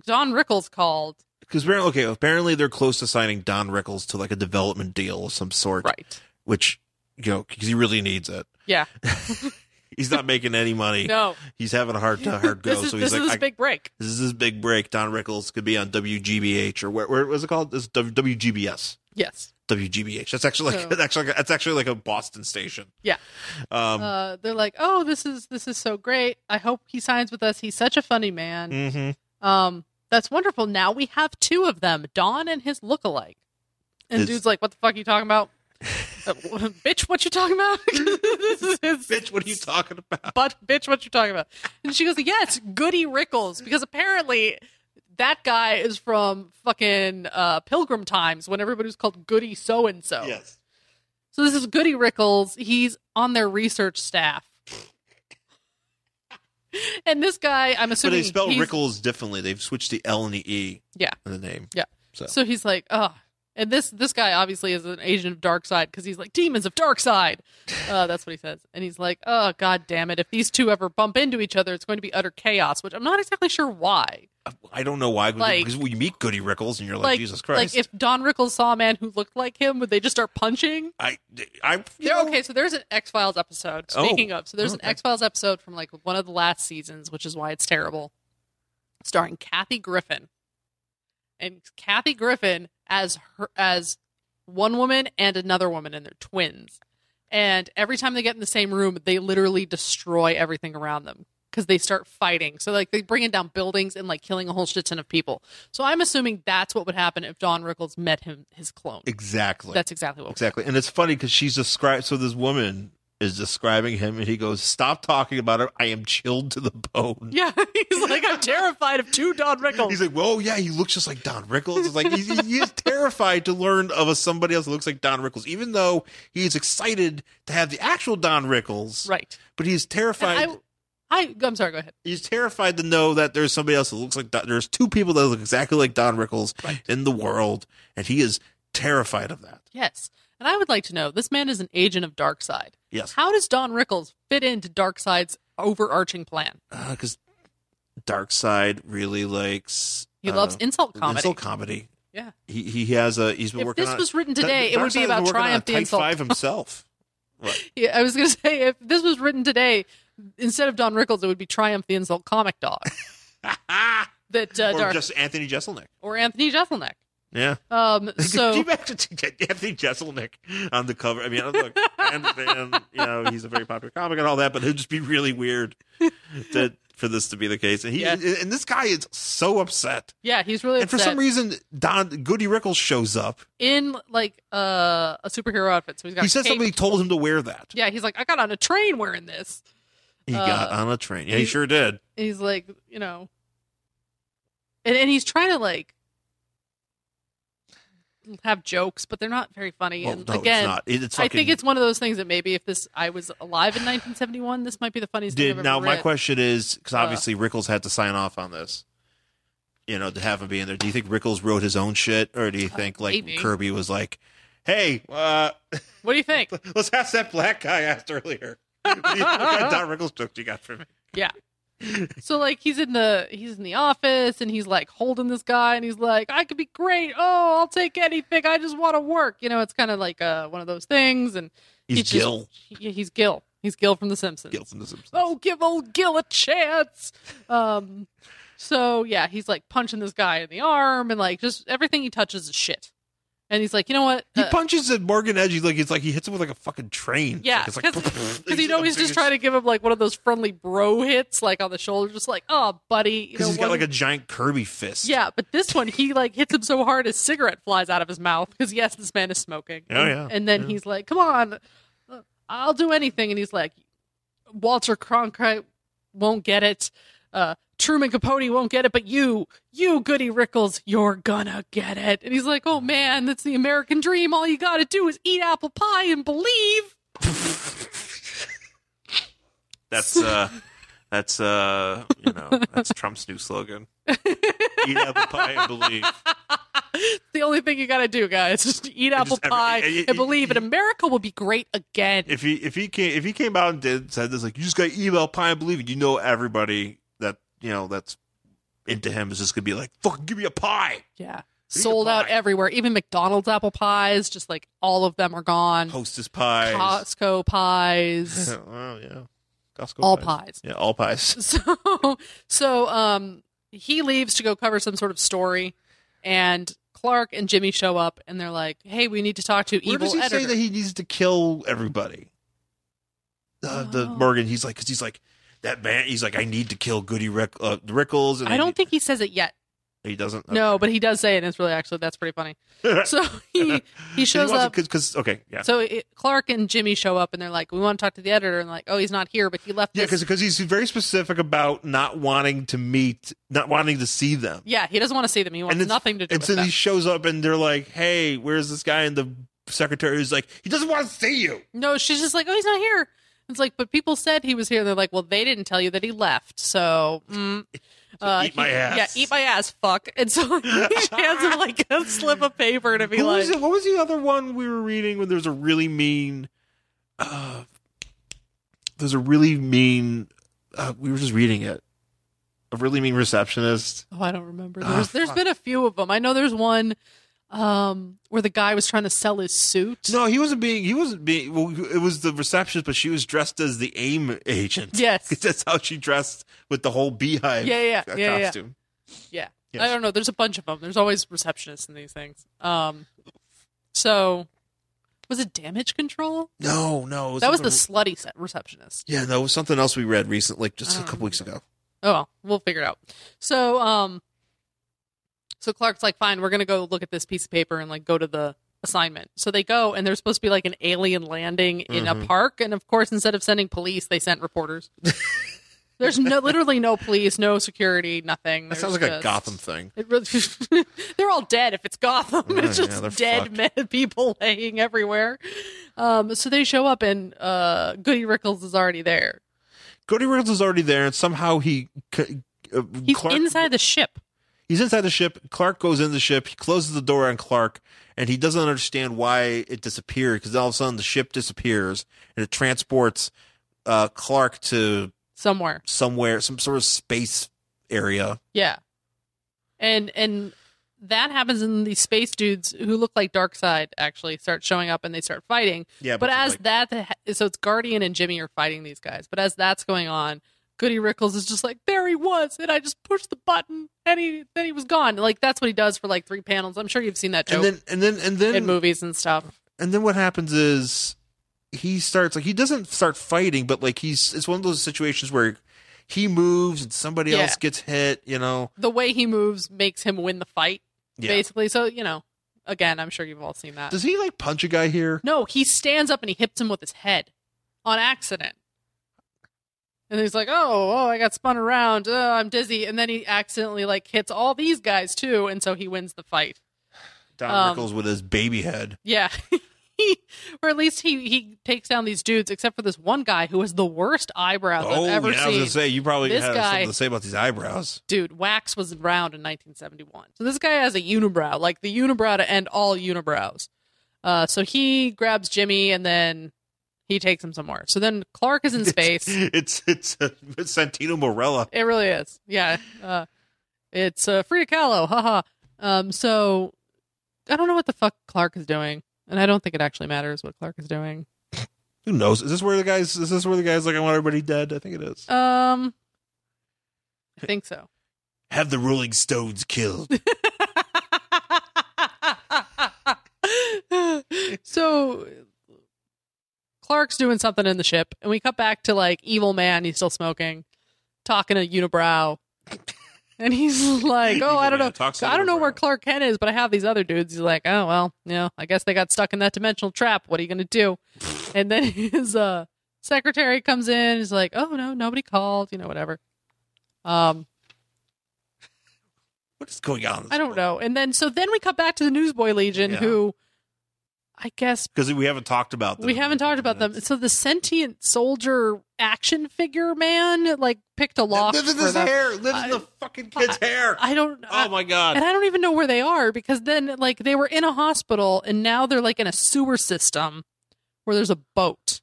A: Don Rickles called."
B: Because apparently, okay, apparently they're close to signing Don Rickles to like a development deal of some sort,
A: Right.
B: which, you know, because he really needs it.
A: Yeah.
B: [laughs] He's not making any money.
A: No.
B: He's having a hard, to hard
A: [laughs]
B: go.
A: this is
B: so
A: this
B: he's
A: is
B: like,
A: this
B: I-
A: big break.
B: this is his big break. Don Rickles could be on WGBH or where, where was it called? This W- WGBS.
A: Yes.
B: WGBH. That's actually like,
A: So-
B: that's actually that's actually like a Boston station.
A: Oh. Yeah.
B: Um,
A: uh, they're like, "Oh, this is this is so great. I hope he signs with us. He's such a funny man."
B: mhm.
A: Um, that's wonderful. Now we have two of them, Don and his lookalike. And
B: His-
A: dude's like, "What the fuck are you talking about, Uh, wh- [laughs] bitch? What you talking about? [laughs] this is his,
B: [laughs] Bitch, what are you talking about?
A: But bitch, what you talking about?" And she goes, "Yes, Goody Rickles, because apparently." That guy is from fucking uh, Pilgrim Times when everybody was called Goody so and so.
B: Yes.
A: So this is Goody Rickles. He's on their research staff. and this guy, I'm
B: So
A: assuming
B: they spell
A: he's-
B: Rickles differently. They've switched the L and the E
A: Yeah.
B: in the name.
A: So he's like, oh. And this this guy obviously is an agent of dark side because he's like demons of dark side. Uh, that's what he says. And he's like, oh god damn it! If these two ever bump into each other, it's going to be utter chaos. Which I'm not exactly sure why.
B: I don't know why,
A: Like-
B: because we meet Goody Rickles and you're like,
A: Like
B: Jesus Christ.
A: Like if Don Rickles saw a man who looked like him, would they just start punching?
B: I, I, you
A: There-
B: know,
A: okay, so there's an X Files episode.
B: Oh,
A: Speaking of, so there's
B: okay.
A: an X Files episode from like one of the last seasons, which is why it's terrible, starring Kathy Griffin, and Kathy Griffin as her as one woman and another woman, and they're twins. And every time they get in the same room, they literally destroy everything around them because they start fighting. So like they bringing down buildings and like killing a whole shit ton of people. So I'm assuming that's what would happen if Don Rickles met him his clone.
B: exactly,
A: That's exactly what.
B: exactly. And it's funny because she's described. So this woman is describing him, and he goes, "Stop talking about it. I am chilled to the bone."
A: Yeah, [laughs] he's like, I'm terrified of two Don Rickles.
B: He's like, "Whoa, yeah, he looks just like Don Rickles." It's like he's, he is terrified to learn of a somebody else that looks like Don Rickles, even though he's excited to have the actual Don Rickles.
A: right.
B: But he's terrified.
A: I, I, I'm sorry. Go ahead.
B: he's terrified to know that there's somebody else that looks like Don, there's two people that look exactly like Don Rickles in the world, and he is terrified of that.
A: Yes, and I would like to know. This man is an agent of Darkseid.
B: Yes,
A: How does Don Rickles fit into Darkseid's overarching plan?
B: because Uh, Dark Side really likes
A: He
B: uh,
A: loves insult comedy.
B: insult comedy.
A: Yeah.
B: he he has a he's been
A: if
B: working
A: this
B: on
A: was written today, it would
B: Darkseid's
A: be
B: been
A: about
B: working on
A: Triumph the
B: Type
A: Insult. [laughs]
B: Five himself. What?
A: Yeah, I was going to [laughs] say if this was written today, instead of Don Rickles, it would be Triumph the Insult Comic
B: [laughs]
A: Dog that uh,
B: or
A: Dark
B: just Anthony Jeselnik.
A: or Anthony Jeselnik.
B: Yeah. [laughs]
A: Um,
B: Could you
A: so
B: imagine Anthony Jeselnik on the cover? I mean,
A: [laughs]
B: I- look, I understand, you know, he's a very popular comic and all that, but it'd just be really weird to, for this to be the case. And he
A: Yeah.
B: and this guy is so upset.
A: yeah, he's really
B: And for
A: upset.
B: some reason, Don Goody Rickles shows up.
A: in like uh, a superhero outfit. So he's got
B: He
A: a
B: said
A: cape.
B: somebody told him to wear that.
A: Yeah, he's like, I got on a train wearing this.
B: He
A: Uh,
B: got on a train. Yeah, he
A: he-
B: sure did.
A: And he's like, you know, and and he's trying to like have jokes, but they're not very funny.
B: Well,
A: and
B: no,
A: again,
B: it's not. It- it's
A: I
B: fucking-
A: think it's one of those things that maybe if this I was alive in 1971, this might be the funniest thing
B: [laughs] did
A: I've
B: now.
A: ever
B: My
A: read.
B: question is because
A: Uh,
B: obviously Rickles had to sign off on this. You know, to have him be in there. Do you think Rickles wrote his own shit, or do you think like
A: Uh, maybe.
B: Kirby was like, "Hey, uh, [laughs]
A: What do you think?
B: let's ask that black guy I asked earlier." [laughs] what do you- what
A: [laughs]
B: kind of Don Rickles joke do you got for me?
A: Yeah. So like he's in the he's in the office and he's like holding this guy and he's like I could be great oh I'll take anything I just want to work you know it's kind of like uh, one of those things and
B: He's
A: just- [laughs]
B: Gil.
A: he- he's Gil he's Gil from The Simpsons
B: Gil from The Simpsons.
A: oh give old Gil a chance um so yeah he's like punching this guy in the arm and like just everything he touches is shit and he's like you know what
B: He
A: Uh,
B: punches at Morgan Edge. He's like, it's like he hits him with like a fucking train.
A: Yeah,
B: It's
A: because
B: like, [laughs]
A: you know he's just trying to give him like one of those friendly bro hits, like on the shoulder, just like, oh, buddy. You know,
B: Because he's got
A: one-
B: like a giant Kirby fist.
A: yeah, but this one he like hits him so hard his cigarette flies out of his mouth because yes, this man is smoking.
B: Oh, yeah.
A: And then
B: Yeah.
A: he's like, "Come on, I'll do anything," and he's like, "Walter Cronkite won't get it. Uh, Truman Capote won't get it, but you, you Goody Rickles, you're gonna get it. And he's like, oh man, that's the American dream. All you gotta do is eat apple pie and believe.
B: That's uh, that's uh, you know, that's Trump's new slogan. Eat apple pie and believe.
A: The only thing you gotta do, guys, [laughs] is just eat apple
B: every-
A: pie
B: and you-
A: and believe, and America will be great again.
B: If he if he came if he came out and did said this like you just got to eat apple pie and believe, it," you know everybody that you know that's into him is just gonna be like fuck, give me a pie.
A: yeah.
B: need a
A: Sold out
B: pie.
A: everywhere. Even McDonald's apple pies, just like all of them are gone.
B: Hostess pies.
A: Costco pies.
B: [laughs] well, yeah. Costco
A: all pies.
B: pies.
A: [laughs]
B: Yeah, all pies.
A: So so um he leaves to go cover some sort of story and Clark and Jimmy show up and they're like, "Hey, we need to talk to
B: Where
A: evil
B: does he
A: editor."
B: say that he needs to kill everybody? Uh, The
A: Oh.
B: Morgan, he's like, because he's like that man. He's like, I need to kill Goody Rick, uh, Rickles. And
A: I don't think he says it yet.
B: he, he doesn't.
A: No, but he does say it and it's really actually that's pretty
B: [laughs]
A: funny. So he he shows up
B: because okay, yeah,
A: So it, Clark and Jimmy show up and they're like, "We want to talk to the editor." And like, "Oh, he's not here, but he left."
B: yeah,
A: this-
B: because he's very specific about not wanting to meet, not wanting to see them.
A: yeah, he doesn't want to see them. He wants
B: it's-
A: nothing to do
B: And
A: with
B: so
A: them.
B: he shows up, and they're like, "Hey, where's this guy?" And the secretary is like, "He doesn't want to see you."
A: no, she's just like, "Oh, he's not here." It's like, but people said he was here. They're like, "Well, they didn't tell you that he left." So,
B: [laughs]
A: mm, uh,
B: eat my
A: he-
B: ass.
A: Yeah, eat my ass, fuck. And so [laughs] he hands him like a slip of paper to be
B: Who
A: like,
B: was it? What was the other one we were reading when there's a really mean? Uh, there's a really mean. Uh, we were just reading it. A really mean receptionist.
A: "Oh, I don't remember."
B: Ah,
A: There's there's
B: fuck.
A: been a few of them. I know there's one um, where the guy was trying to sell his suit.
B: No, he wasn't being. He wasn't being. Well, it was the receptionist, but she was dressed as the AIM agent.
A: Yes.
B: 'Cause [laughs] that's how she dressed with the whole beehive.
A: Yeah, yeah,
B: uh,
A: yeah, yeah.
B: costume.
A: Yeah.
B: Yes.
A: I don't know. There's a bunch of them. There's always receptionists in these things. Um, so was it damage control?
B: No, no, it
A: that was the
B: something-
A: slutty set receptionist.
B: Yeah, no, it was something else we read recently, like just
A: I
B: a
A: don't
B: couple weeks ago.
A: Oh, well, we'll figure it out. So, um, so Clark's like, fine, we're gonna go look at this piece of paper and like go to the assignment. So they go, and there's supposed to be like an alien landing in a
B: Mhm.
A: park, and of course, instead of sending police, they sent
B: [laughs]
A: reporters. there's no, literally no police, no security, nothing.
B: That sounds like
A: There's just-
B: a Gotham thing.
A: It really, [laughs] they're all dead if it's Gotham.
B: Yeah,
A: it's
B: yeah,
A: just
B: they're
A: dead men, [laughs] people laying everywhere. Um, so they show up, and uh, Goody Rickles is already there.
B: Cody Reynolds is already there, and somehow he. c- Uh,
A: He's
B: Clark-
A: inside the ship.
B: He's inside the ship. Clark goes in the ship. He closes the door on Clark, and he doesn't understand why it disappeared because all of a sudden the ship disappears and it transports uh, Clark to
A: somewhere.
B: somewhere, some sort of space area.
A: Yeah. And and that happens in the space dudes who look like Darkseid actually start showing up and they start fighting.
B: Yeah,
A: But as that so it's Guardian and Jimmy are fighting these guys. But as that's going on, Goody Rickles is just like, There he was, and I just pushed the button and he then he was gone. Like that's what he does for like three panels. I'm sure you've seen that joke
B: and then and then and then
A: in movies and stuff.
B: and then what happens is he starts like he doesn't start fighting, but like he's it's one of those situations where he moves and somebody
A: Yeah.
B: else gets hit. You know,
A: The way he moves makes him win the fight,
B: yeah.
A: basically. So, you know, again, I'm sure you've all seen that.
B: Does he like punch a guy here?
A: No, he stands up and he hits him with his head on accident. And he's like, "Oh, oh, I got spun around. Uh, I'm dizzy." And then he accidentally like hits all these guys too, and so he wins the fight.
B: Don
A: Um,
B: Rickles with his baby head.
A: Yeah. [laughs] He- or at least he he takes down these dudes except for this one guy who has the worst eyebrows
B: oh
A: I've ever
B: yeah, I was
A: seen.
B: gonna say you probably
A: This
B: have
A: guy-
B: something to say about these eyebrows.
A: Dude, Wax was around in 1971. So this guy has a unibrow, like the unibrow to end all unibrows. Uh, so he grabs Jimmy and then he takes him somewhere. So then Clark
B: [laughs]
A: is in space.
B: It's it's, uh, it's Santino Morella.
A: It really is. Yeah. Uh, it's uh, Frida Kahlo. Haha. Um, so I don't know what the fuck Clark is doing, and I don't think it actually matters what Clark is doing.
B: Who knows? Is this where the guys? Is this where the guys like I want everybody dead? I think it is.
A: Um, I think so. [laughs]
B: have the Rolling Stones killed.
A: so Clark's doing something in the ship, and we cut back to like evil man. He's still smoking, talking to Unibrow, [laughs] and he's like, "Oh,
B: Evil
A: I don't
B: man
A: know.
B: talks to
A: I don't know
B: Unibrow."
A: where Clark Kent is, but I have these other dudes." He's like, "Oh well, you know, I guess they got stuck in that dimensional trap. What are you gonna do?" and then his uh, secretary comes in. He's like, "Oh no, nobody called. You know, whatever." Um,
B: what is going on?
A: I don't know. And then so then we cut back to the Newsboy Legion,
B: Yeah.
A: who I guess
B: because we haven't talked about them.
A: we haven't talked about them. So the sentient soldier action figure man like picked a lock.
B: Lives in
A: for
B: his
A: them.
B: hair. Lives in the fucking kid's hair.
A: I don't.
B: oh my god.
A: and I don't even know where they are because then like they were in a hospital and now they're like in a sewer system where there's a boat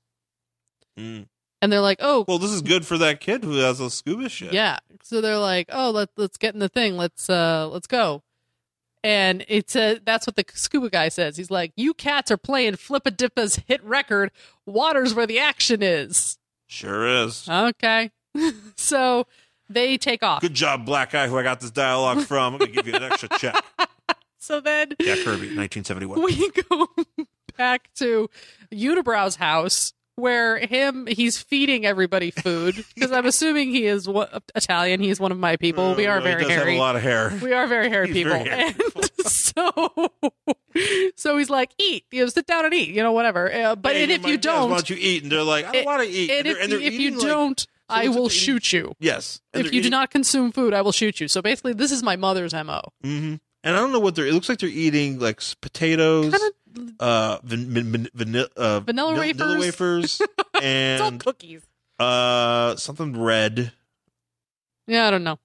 B: Mm.
A: and they're like, oh
B: Well, this is good for that kid who has a scuba ship.
A: yeah. So they're like, oh let let's get in the thing. Let's uh let's go. And it's a, that's what the scuba guy says. He's like, "You cats are playing Flippadippa's hit record. Water's where the action is."
B: sure is.
A: Uh, Okay, [laughs] so they take off.
B: Good job, black guy, who I got this dialogue from. I'm gonna give you an extra check.
A: [laughs] So then
B: Jack Kirby,
A: [laughs]
B: 1971.
A: we go back to Unibrow's house where him he's feeding everybody food because I'm assuming he is wa- Italian. He's one of my people. We
B: Uh,
A: are
B: no,
A: very
B: he does
A: hairy.
B: Have a lot of hair.
A: we are very hairy
B: [laughs] He's
A: people.
B: very hairy
A: and [laughs] so so he's like, eat, you know, sit down and eat, you know, whatever. Uh, but
B: Hey,
A: and if
B: my
A: you
B: guys, why
A: don't,
B: don't you eat? And they're like, I don't
A: It-
B: want to eat.
A: and
B: they're-
A: if,
B: they're
A: if you
B: eating, like-
A: don't, I
B: it's
A: will
B: eating-
A: shoot you.
B: yes.
A: If you do not consume food, I will shoot you. So basically, this is my mother's mo.
B: hmm And I don't know what they're. It looks like they're eating like s- potatoes,
A: Kind of
B: uh, van, van, van, vanilla, uh,
A: Vanilla
B: vanil- vanilla wafers,
A: [laughs] it's all
B: and
A: cookies.
B: uh, something red,
A: Yeah, I don't know.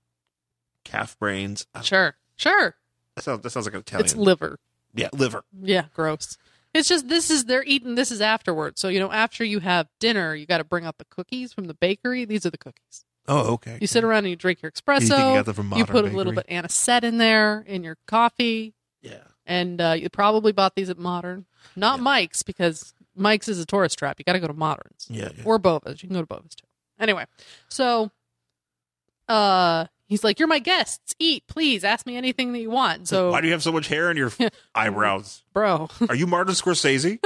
B: calf brains. I don't-
A: Sure, sure.
B: That sounds, that sounds like an Italian.
A: It's liver.
B: yeah, liver.
A: Yeah, gross. It's just this is they're eating. This is afterwards. So you know, after you have dinner, you got to bring out the cookies from the bakery. These are the cookies.
B: Oh, okay.
A: You sit around and you drink your
B: And you think you got
A: espresso.
B: that from
A: You,
B: modern
A: put a little
B: bakery?
A: bit anisette in there in your coffee,
B: Yeah.
A: and uh, you probably bought these at Modern, not
B: Yeah.
A: Mike's because Mike's is a tourist trap. You got to go to Moderns
B: Yeah. yeah.
A: or Bova's. You can go to Bova's too. Anyway, so uh, he's like, "You're my guests. Eat, please. Ask me anything that you want." So,
B: Why do you have so much
A: [laughs]
B: hair in your eyebrows?
A: bro.
B: Are you
A: [laughs]
B: Martin Scorsese?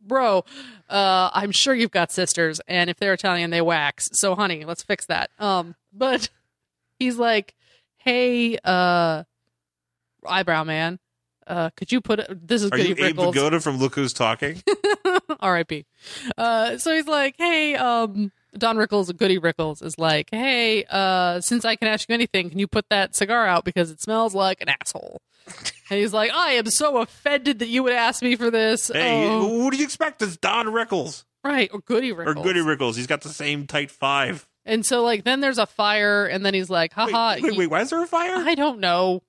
A: bro uh, i'm sure you've got sisters and if they're italian they wax so honey let's fix that um but [laughs] he's like hey uh eyebrow man uh could you put this is
B: Are you
A: Goody
B: Abe
A: Rickles. [laughs]
B: Vigoda from Look Who's Talking?
A: R.I.P. Uh, so he's like, hey, um, Don Rickles, Goody Rickles, is like, hey, uh, since I can ask you anything, can you put that cigar out because it smells like an asshole? and he's like, I am so offended that you would ask me for this.
B: Hey,
A: oh,
B: who do you expect? It's Don Rickles
A: right, or Goody Rickles,
B: or Goody Rickles. He's got the same tight five.
A: And so, like, then there's a fire, and then he's like,
B: Wait,
A: haha.
B: wait,
A: you-
B: wait, why is there a fire?
A: I don't know.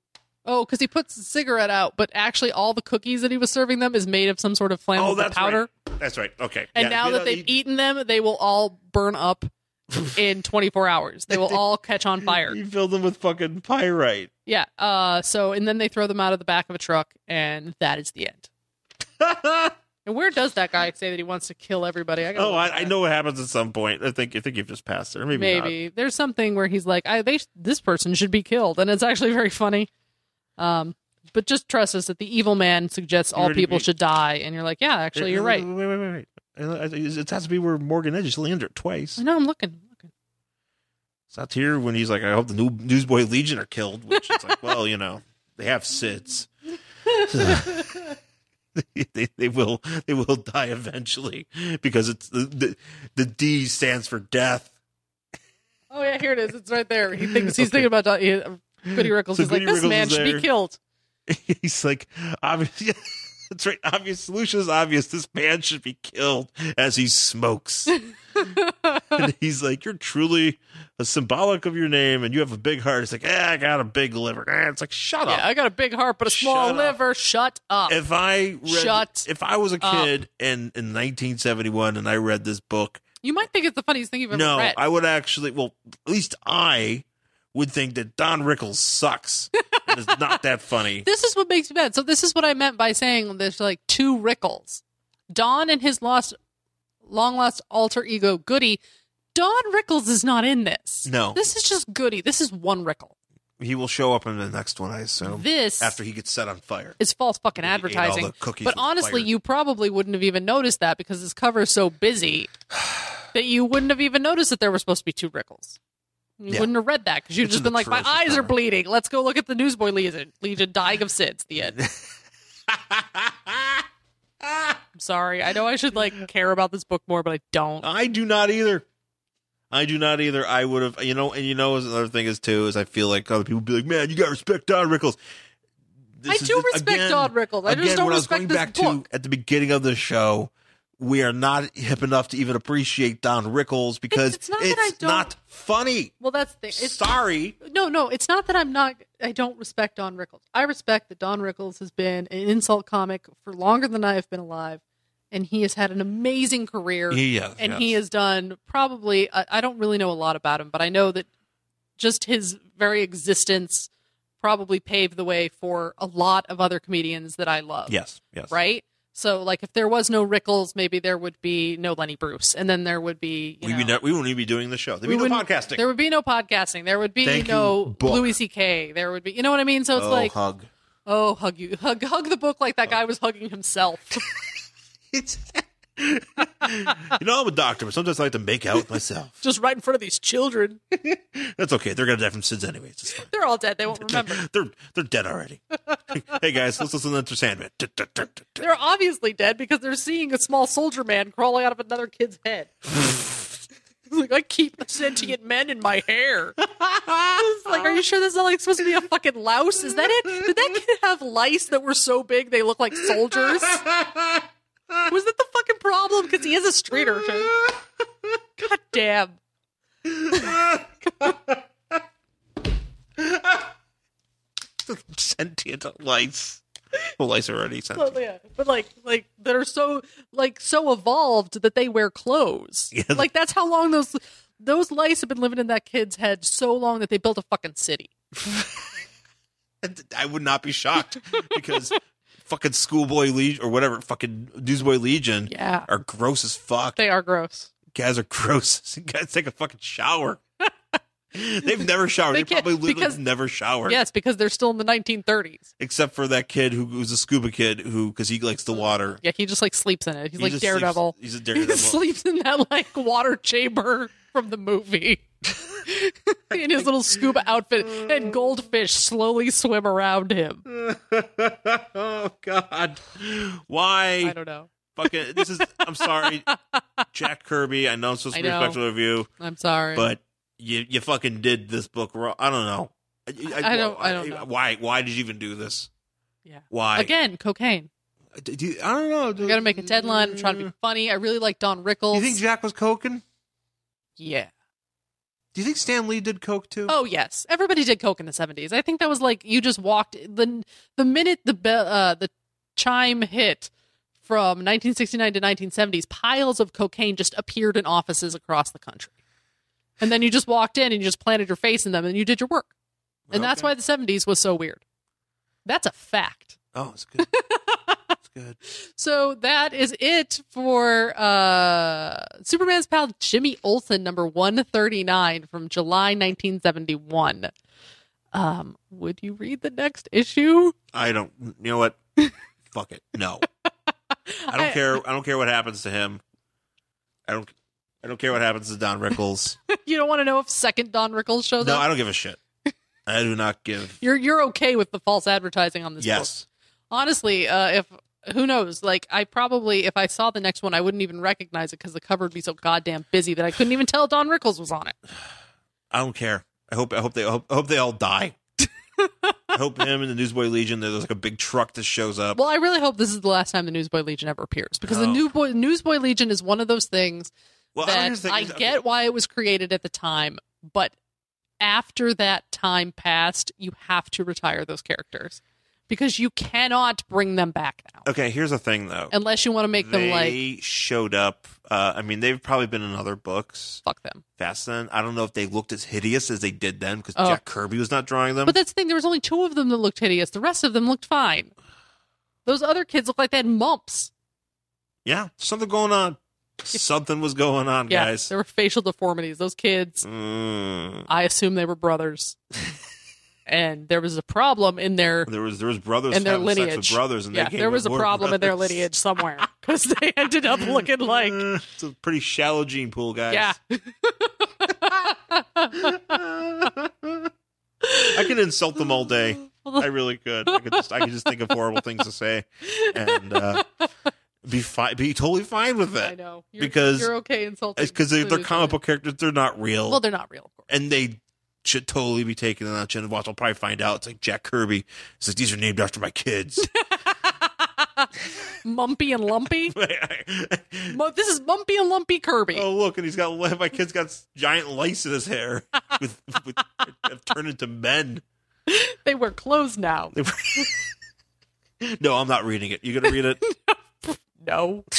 A: Oh, because he puts the cigarette out, but actually, all the cookies that he was serving them is made of some sort of flammable
B: oh, that's
A: powder.
B: Right. That's right. Okay.
A: And
B: Yeah,
A: now
B: you know,
A: that they've
B: you-
A: eaten them, they will all burn
B: [laughs]
A: up in 24 hours. They will all catch on fire.
B: You filled them with fucking pyrite. [laughs]
A: Yeah. Uh, so, and then they throw them out of the back of a truck, and that is the end. And where does that guy say that he wants to kill everybody? I gotta
B: oh,
A: look at
B: I, I
A: that.
B: know what happens at some point. I think I think you've just passed there. Maybe,
A: Maybe,
B: not.
A: there's something where he's like, I, they, this person should be killed, and it's actually [laughs] very funny. Um, but just trust us that the evil man suggests all
B: already
A: people
B: beat-
A: should die, and you're like, yeah, actually, you're right.
B: Wait, wait, wait, wait. I- I- It has to be where Morgan Edge landed it twice.
A: I know. I'm looking. looking.
B: It's not here when he's like, I hope the new Newsboy Legion are killed, which is like, well, you know, they have SIDS. [laughs] they, they will they will die eventually because it's the, the the D stands for death.
A: Oh yeah, here it is. It's right there. He thinks he's
B: Okay.
A: thinking about uh, Goody
B: [laughs]
A: Rickles.
B: So
A: he's like,
B: Goody
A: this
B: Rickles
A: man
B: is
A: should be
B: there.
A: killed.
B: [laughs] he's like, obvious. [laughs] That's right. Obvious solution is obvious. This man should be killed as
A: [laughs]
B: he smokes. and he's like, "You're truly a symbolic of your name, and you have a big heart." He's like, "Eh, I got a big liver." Eh, it's like, shut
A: Yeah,
B: up.
A: I got a big heart but a small
B: Shut up.
A: liver. Shut up.
B: If I read,
A: Shut
B: if I was a
A: up.
B: kid and in 1971 and I read this book,
A: you might think it's the funniest thing you've ever
B: no,
A: read.
B: I would actually. Well, at least I would think that Don Rickles sucks. and it's not
A: [laughs]
B: that funny.
A: this is what makes me mad. So this is what I meant by saying there's like two Rickles. Don and his lost, long lost alter ego Goody. Don Rickles is not in this.
B: No.
A: this is just Goody. This is one Rickle.
B: He will show up in the next one, I assume.
A: This
B: after he gets set on fire.
A: is false fucking
B: He ate all
A: advertising.
B: the cookies
A: but
B: with
A: honestly,
B: fire.
A: you probably wouldn't have even noticed that because this cover is so
B: [sighs]
A: busy that you wouldn't have even noticed that there were supposed to be two Rickles. You
B: Yeah.
A: wouldn't have read that because you'd
B: It's
A: just
B: an
A: been like, "My
B: atrocious
A: eyes are
B: cover.
A: bleeding. Let's go look at the Newsboy Legion, Legion dying of SIDS." The
B: [laughs]
A: end.
B: Uh,
A: I'm sorry. I know I should like care about this book more, but I don't.
B: I do not either. I do not either. I would have, you know, and you know, is another thing is too is I feel like other people be like, man, you got to respect Don Rickles. This
A: I
B: is
A: do
B: the-
A: respect Don Rickles. I just
B: again,
A: don't respect
B: what I was going
A: this
B: back
A: book.
B: to at the beginning of the show. We are not hip enough to even appreciate Don Rickles because
A: it's not that I don't-
B: not funny.
A: Well, that's the thing. It's,
B: Sorry,
A: no, no, it's not that I'm not. I don't respect Don Rickles. I respect that Don Rickles has been an insult comic for longer than I have been alive, and he has had an amazing career.
B: yeah,
A: and he has done probably I, I don't really know a lot about him but i know that just his very existence probably paved the way for a lot of other comedians that i love
B: yes, yes,
A: right so like if there was no rickles maybe there would be no lenny bruce and then there would be you
B: We, we,
A: know,
B: ne- we won't even be doing the show. There'd be
A: we
B: no
A: wouldn't-
B: podcasting.
A: there would be no podcasting there would be
B: Thank you,
A: no
B: book.
A: louis ck there would be you know what i mean so it's
B: oh,
A: like
B: hug.
A: oh hug you hug hug the book like that guy was hugging himself
B: It's you know, I'm a doctor, but sometimes I like to make out with myself.
A: [laughs] just right in front of these children
B: That's okay. They're gonna die from SIDS anyway. It's just fine.
A: [laughs] they're all dead they
B: [laughs]
A: won't remember
B: Theyey're they're dead already. [laughs] hey guys, let's listen to Enter Sandman.
A: They're obviously dead because they're seeing a small soldier man crawling out of another kid's head. He's like, I keep the sentient men in my hair. It's like, are you sure this is not like supposed to be a fucking louse? Is that it? Did that kid have lice that were so big they look like soldiers? Was that the fucking problem? Because he is a street urchin. God damn.
B: Sentient lice. Well, lice are already
A: But,
B: sentient.
A: [laughs] yeah, but like, like that are so like so evolved that they wear
B: [laughs]
A: clothes. Like that's how long those those lice have been living in that kid's head so long that they built a fucking city.
B: I would not be shocked because fucking schoolboy legion or whatever fucking newsboy legion
A: Yeah,
B: are gross as fuck.
A: they are gross.
B: guys are gross. [laughs] guys take a fucking
A: [laughs]
B: shower. They've never showered.
A: They
B: They,
A: can't-
B: probably literally
A: because-
B: never showered.
A: Yes, because they're still in the 1930s.
B: Except for that kid who who's a scuba kid who because he likes the water.
A: Yeah, he just like sleeps in it. He's
B: He
A: like
B: just
A: Daredevil.
B: sleeps- he's
A: [laughs]
B: a
A: He
B: daredevil.
A: sleeps in that like water chamber from the movie. [laughs] in his little scuba outfit, and goldfish slowly swim around him.
B: [laughs] oh God!
A: I
B: Why
A: don't know.
B: fucking? This is. I'm sorry, Jack Kirby. I know I'm supposed
A: I
B: to be
A: know.
B: respectful of you,
A: I'm sorry.
B: but you you fucking did this book wrong. I don't know.
A: I don't- I don't know.
B: Why? Why did you even do this?
A: yeah.
B: Why?
A: Again, cocaine.
B: Do- do- I don't know.
A: I gotta make a deadline. I'm trying to be funny. I really like Don Rickles.
B: Do Mm. you think Jack was coking?
A: yeah.
B: Do you think Stan Lee did coke too?
A: Oh yes, everybody did coke in the seventies. I think that was like you just walked the the minute the be, uh, the chime hit from 1969 to 1970s, piles of cocaine just appeared in offices across the country, and then you just walked in and you just planted your face in them and you did your work, and that's
B: Okay.
A: why the seventies was so weird. That's a fact.
B: Oh, it's good. it's good.
A: So that is it for uh, Superman's pal Jimmy Olsen, number 139 from July 1971. Um, would you read the next issue? [laughs]
B: I don't. You know what? Fuck it. No, I
A: [laughs]
B: don't
A: I-
B: care. I don't care what happens to him. I don't. I don't care what happens to Don Rickles.
A: You don't want to know if second Don Rickles shows
B: no,
A: up?
B: I don't give a shit. I do not give.
A: [laughs] You're you're okay with the false advertising on this book.
B: Yes,
A: Honestly, uh, if who knows? Like I probably if I saw the next one, I wouldn't even recognize it because the cover would be so goddamn busy that I couldn't even tell Don Rickles was on it.
B: I don't care. I hope. I hope they. I hope, I hope they
A: [laughs]
B: all die. I hope him and the Newsboy Legion. There's like a big truck that shows up.
A: Well, I really hope this is the last time the Newsboy Legion ever appears because the
B: Oh.
A: Newsboy Newsboy Legion is one of those things
B: Well,
A: that
B: here's the thing
A: I
B: is-
A: get why it was created at the time, but after that time passed, you have to retire those characters because you cannot bring them back now
B: Okay, here's the thing though.
A: unless you want to make them like
B: they showed up. Uh, I mean, they've probably been in other books.
A: fuck them.
B: fast then. I don't know if they looked as hideous as they did then because
A: Oh.
B: Jack Kirby was not drawing them.
A: But that's the thing. There was only two of them that looked hideous. The rest of them looked fine. Those other kids looked like they had mumps.
B: yeah, something
A: [laughs]
B: going on. Something was going on,
A: Yeah,
B: guys.
A: there were facial deformities. Those kids.
B: Mm.
A: I assume they were brothers. and there was a problem in their
B: There was there was brothers
A: in their
B: having
A: lineage.
B: sex with brothers, and they
A: yeah,
B: came
A: there
B: with
A: was a
B: more
A: problem in their
B: brothers.
A: lineage somewhere because they [laughs] ended up looking
B: [laughs]
A: like
B: Mm, it's a pretty shallow gene pool, guys.
A: yeah.
B: I could insult them all day. I really could. I could just I could just think of horrible things to say, and uh, be fine, be totally fine with
A: I
B: it
A: know you're,
B: because-
A: you're okay insulting
B: because they're, they're
A: food,
B: comic
A: but-
B: book characters. They're not real,
A: Well, they're not real, of course.
B: and they should totally be taken on the chin. Watch, I'll probably find out. It's like Jack Kirby. It's like these are named after
A: [laughs]
B: my kids. [laughs]
A: Mumpy and
B: [laughs]
A: Lumpy. Mu- This is Mumpy and Lumpy Kirby.
B: oh look, and he's got my kid's got giant lice in
A: [laughs]
B: his hair with, with have turned into men.
A: They wear clothes now.
B: No, I'm not reading it. You gonna read it?
A: No. [laughs]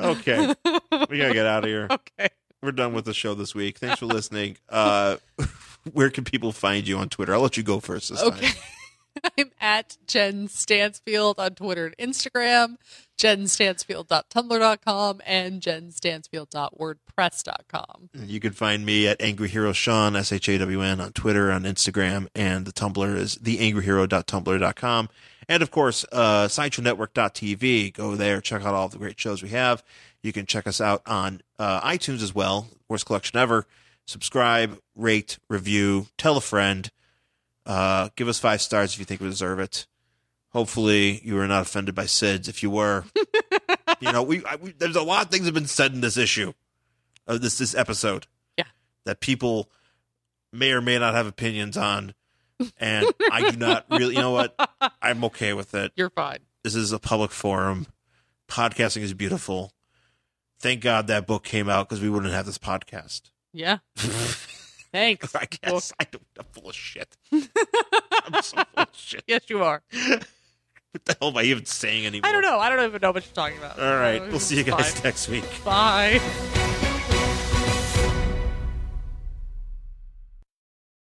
B: Okay, we gotta get out of here.
A: Okay.
B: We're done with the show this week. Thanks for listening. Uh, [laughs] where can people find you on Twitter? I'll let you go first this
A: Okay. [laughs]
B: time.
A: I'm at Jen Stansfield on Twitter and Instagram, jenstansfield.tumblr.com, and jenstansfield.wordpress.com.
B: And You can find me at Angry Hero Sean, S H A W N, on Twitter, on Instagram, and the Tumblr is theangryhero.tumblr.com. And of course, uh, SideshowNetwork.tv. Go there, check out all of the great shows we have. You can check us out on uh, iTunes as well, worst collection ever. Subscribe, rate, review, tell a friend. Uh, give us five stars if you think we deserve it. Hopefully, you were not offended by SIDS. If you were, you know, we, I, we there's a lot of things have been said in this issue of this this episode.
A: Yeah.
B: That people may or may not have opinions on. And I do
A: [laughs]
B: not really you know what? I'm okay with it.
A: You're fine.
B: This is a public forum. Podcasting is beautiful. Thank God that book came out because we wouldn't have this podcast. [laughs]
A: [laughs] Yeah. Thanks.
B: I
A: Book.
B: guess I don't, I'm full
A: [laughs]
B: of shit. I'm so full of shit.
A: Yes, you are.
B: What the hell am I even saying anymore?
A: I don't know. Oh, I don't even know [laughs] what you're talking about.
B: All right.
A: Uh,
B: We'll see you guys next week.
A: Bye. Bye.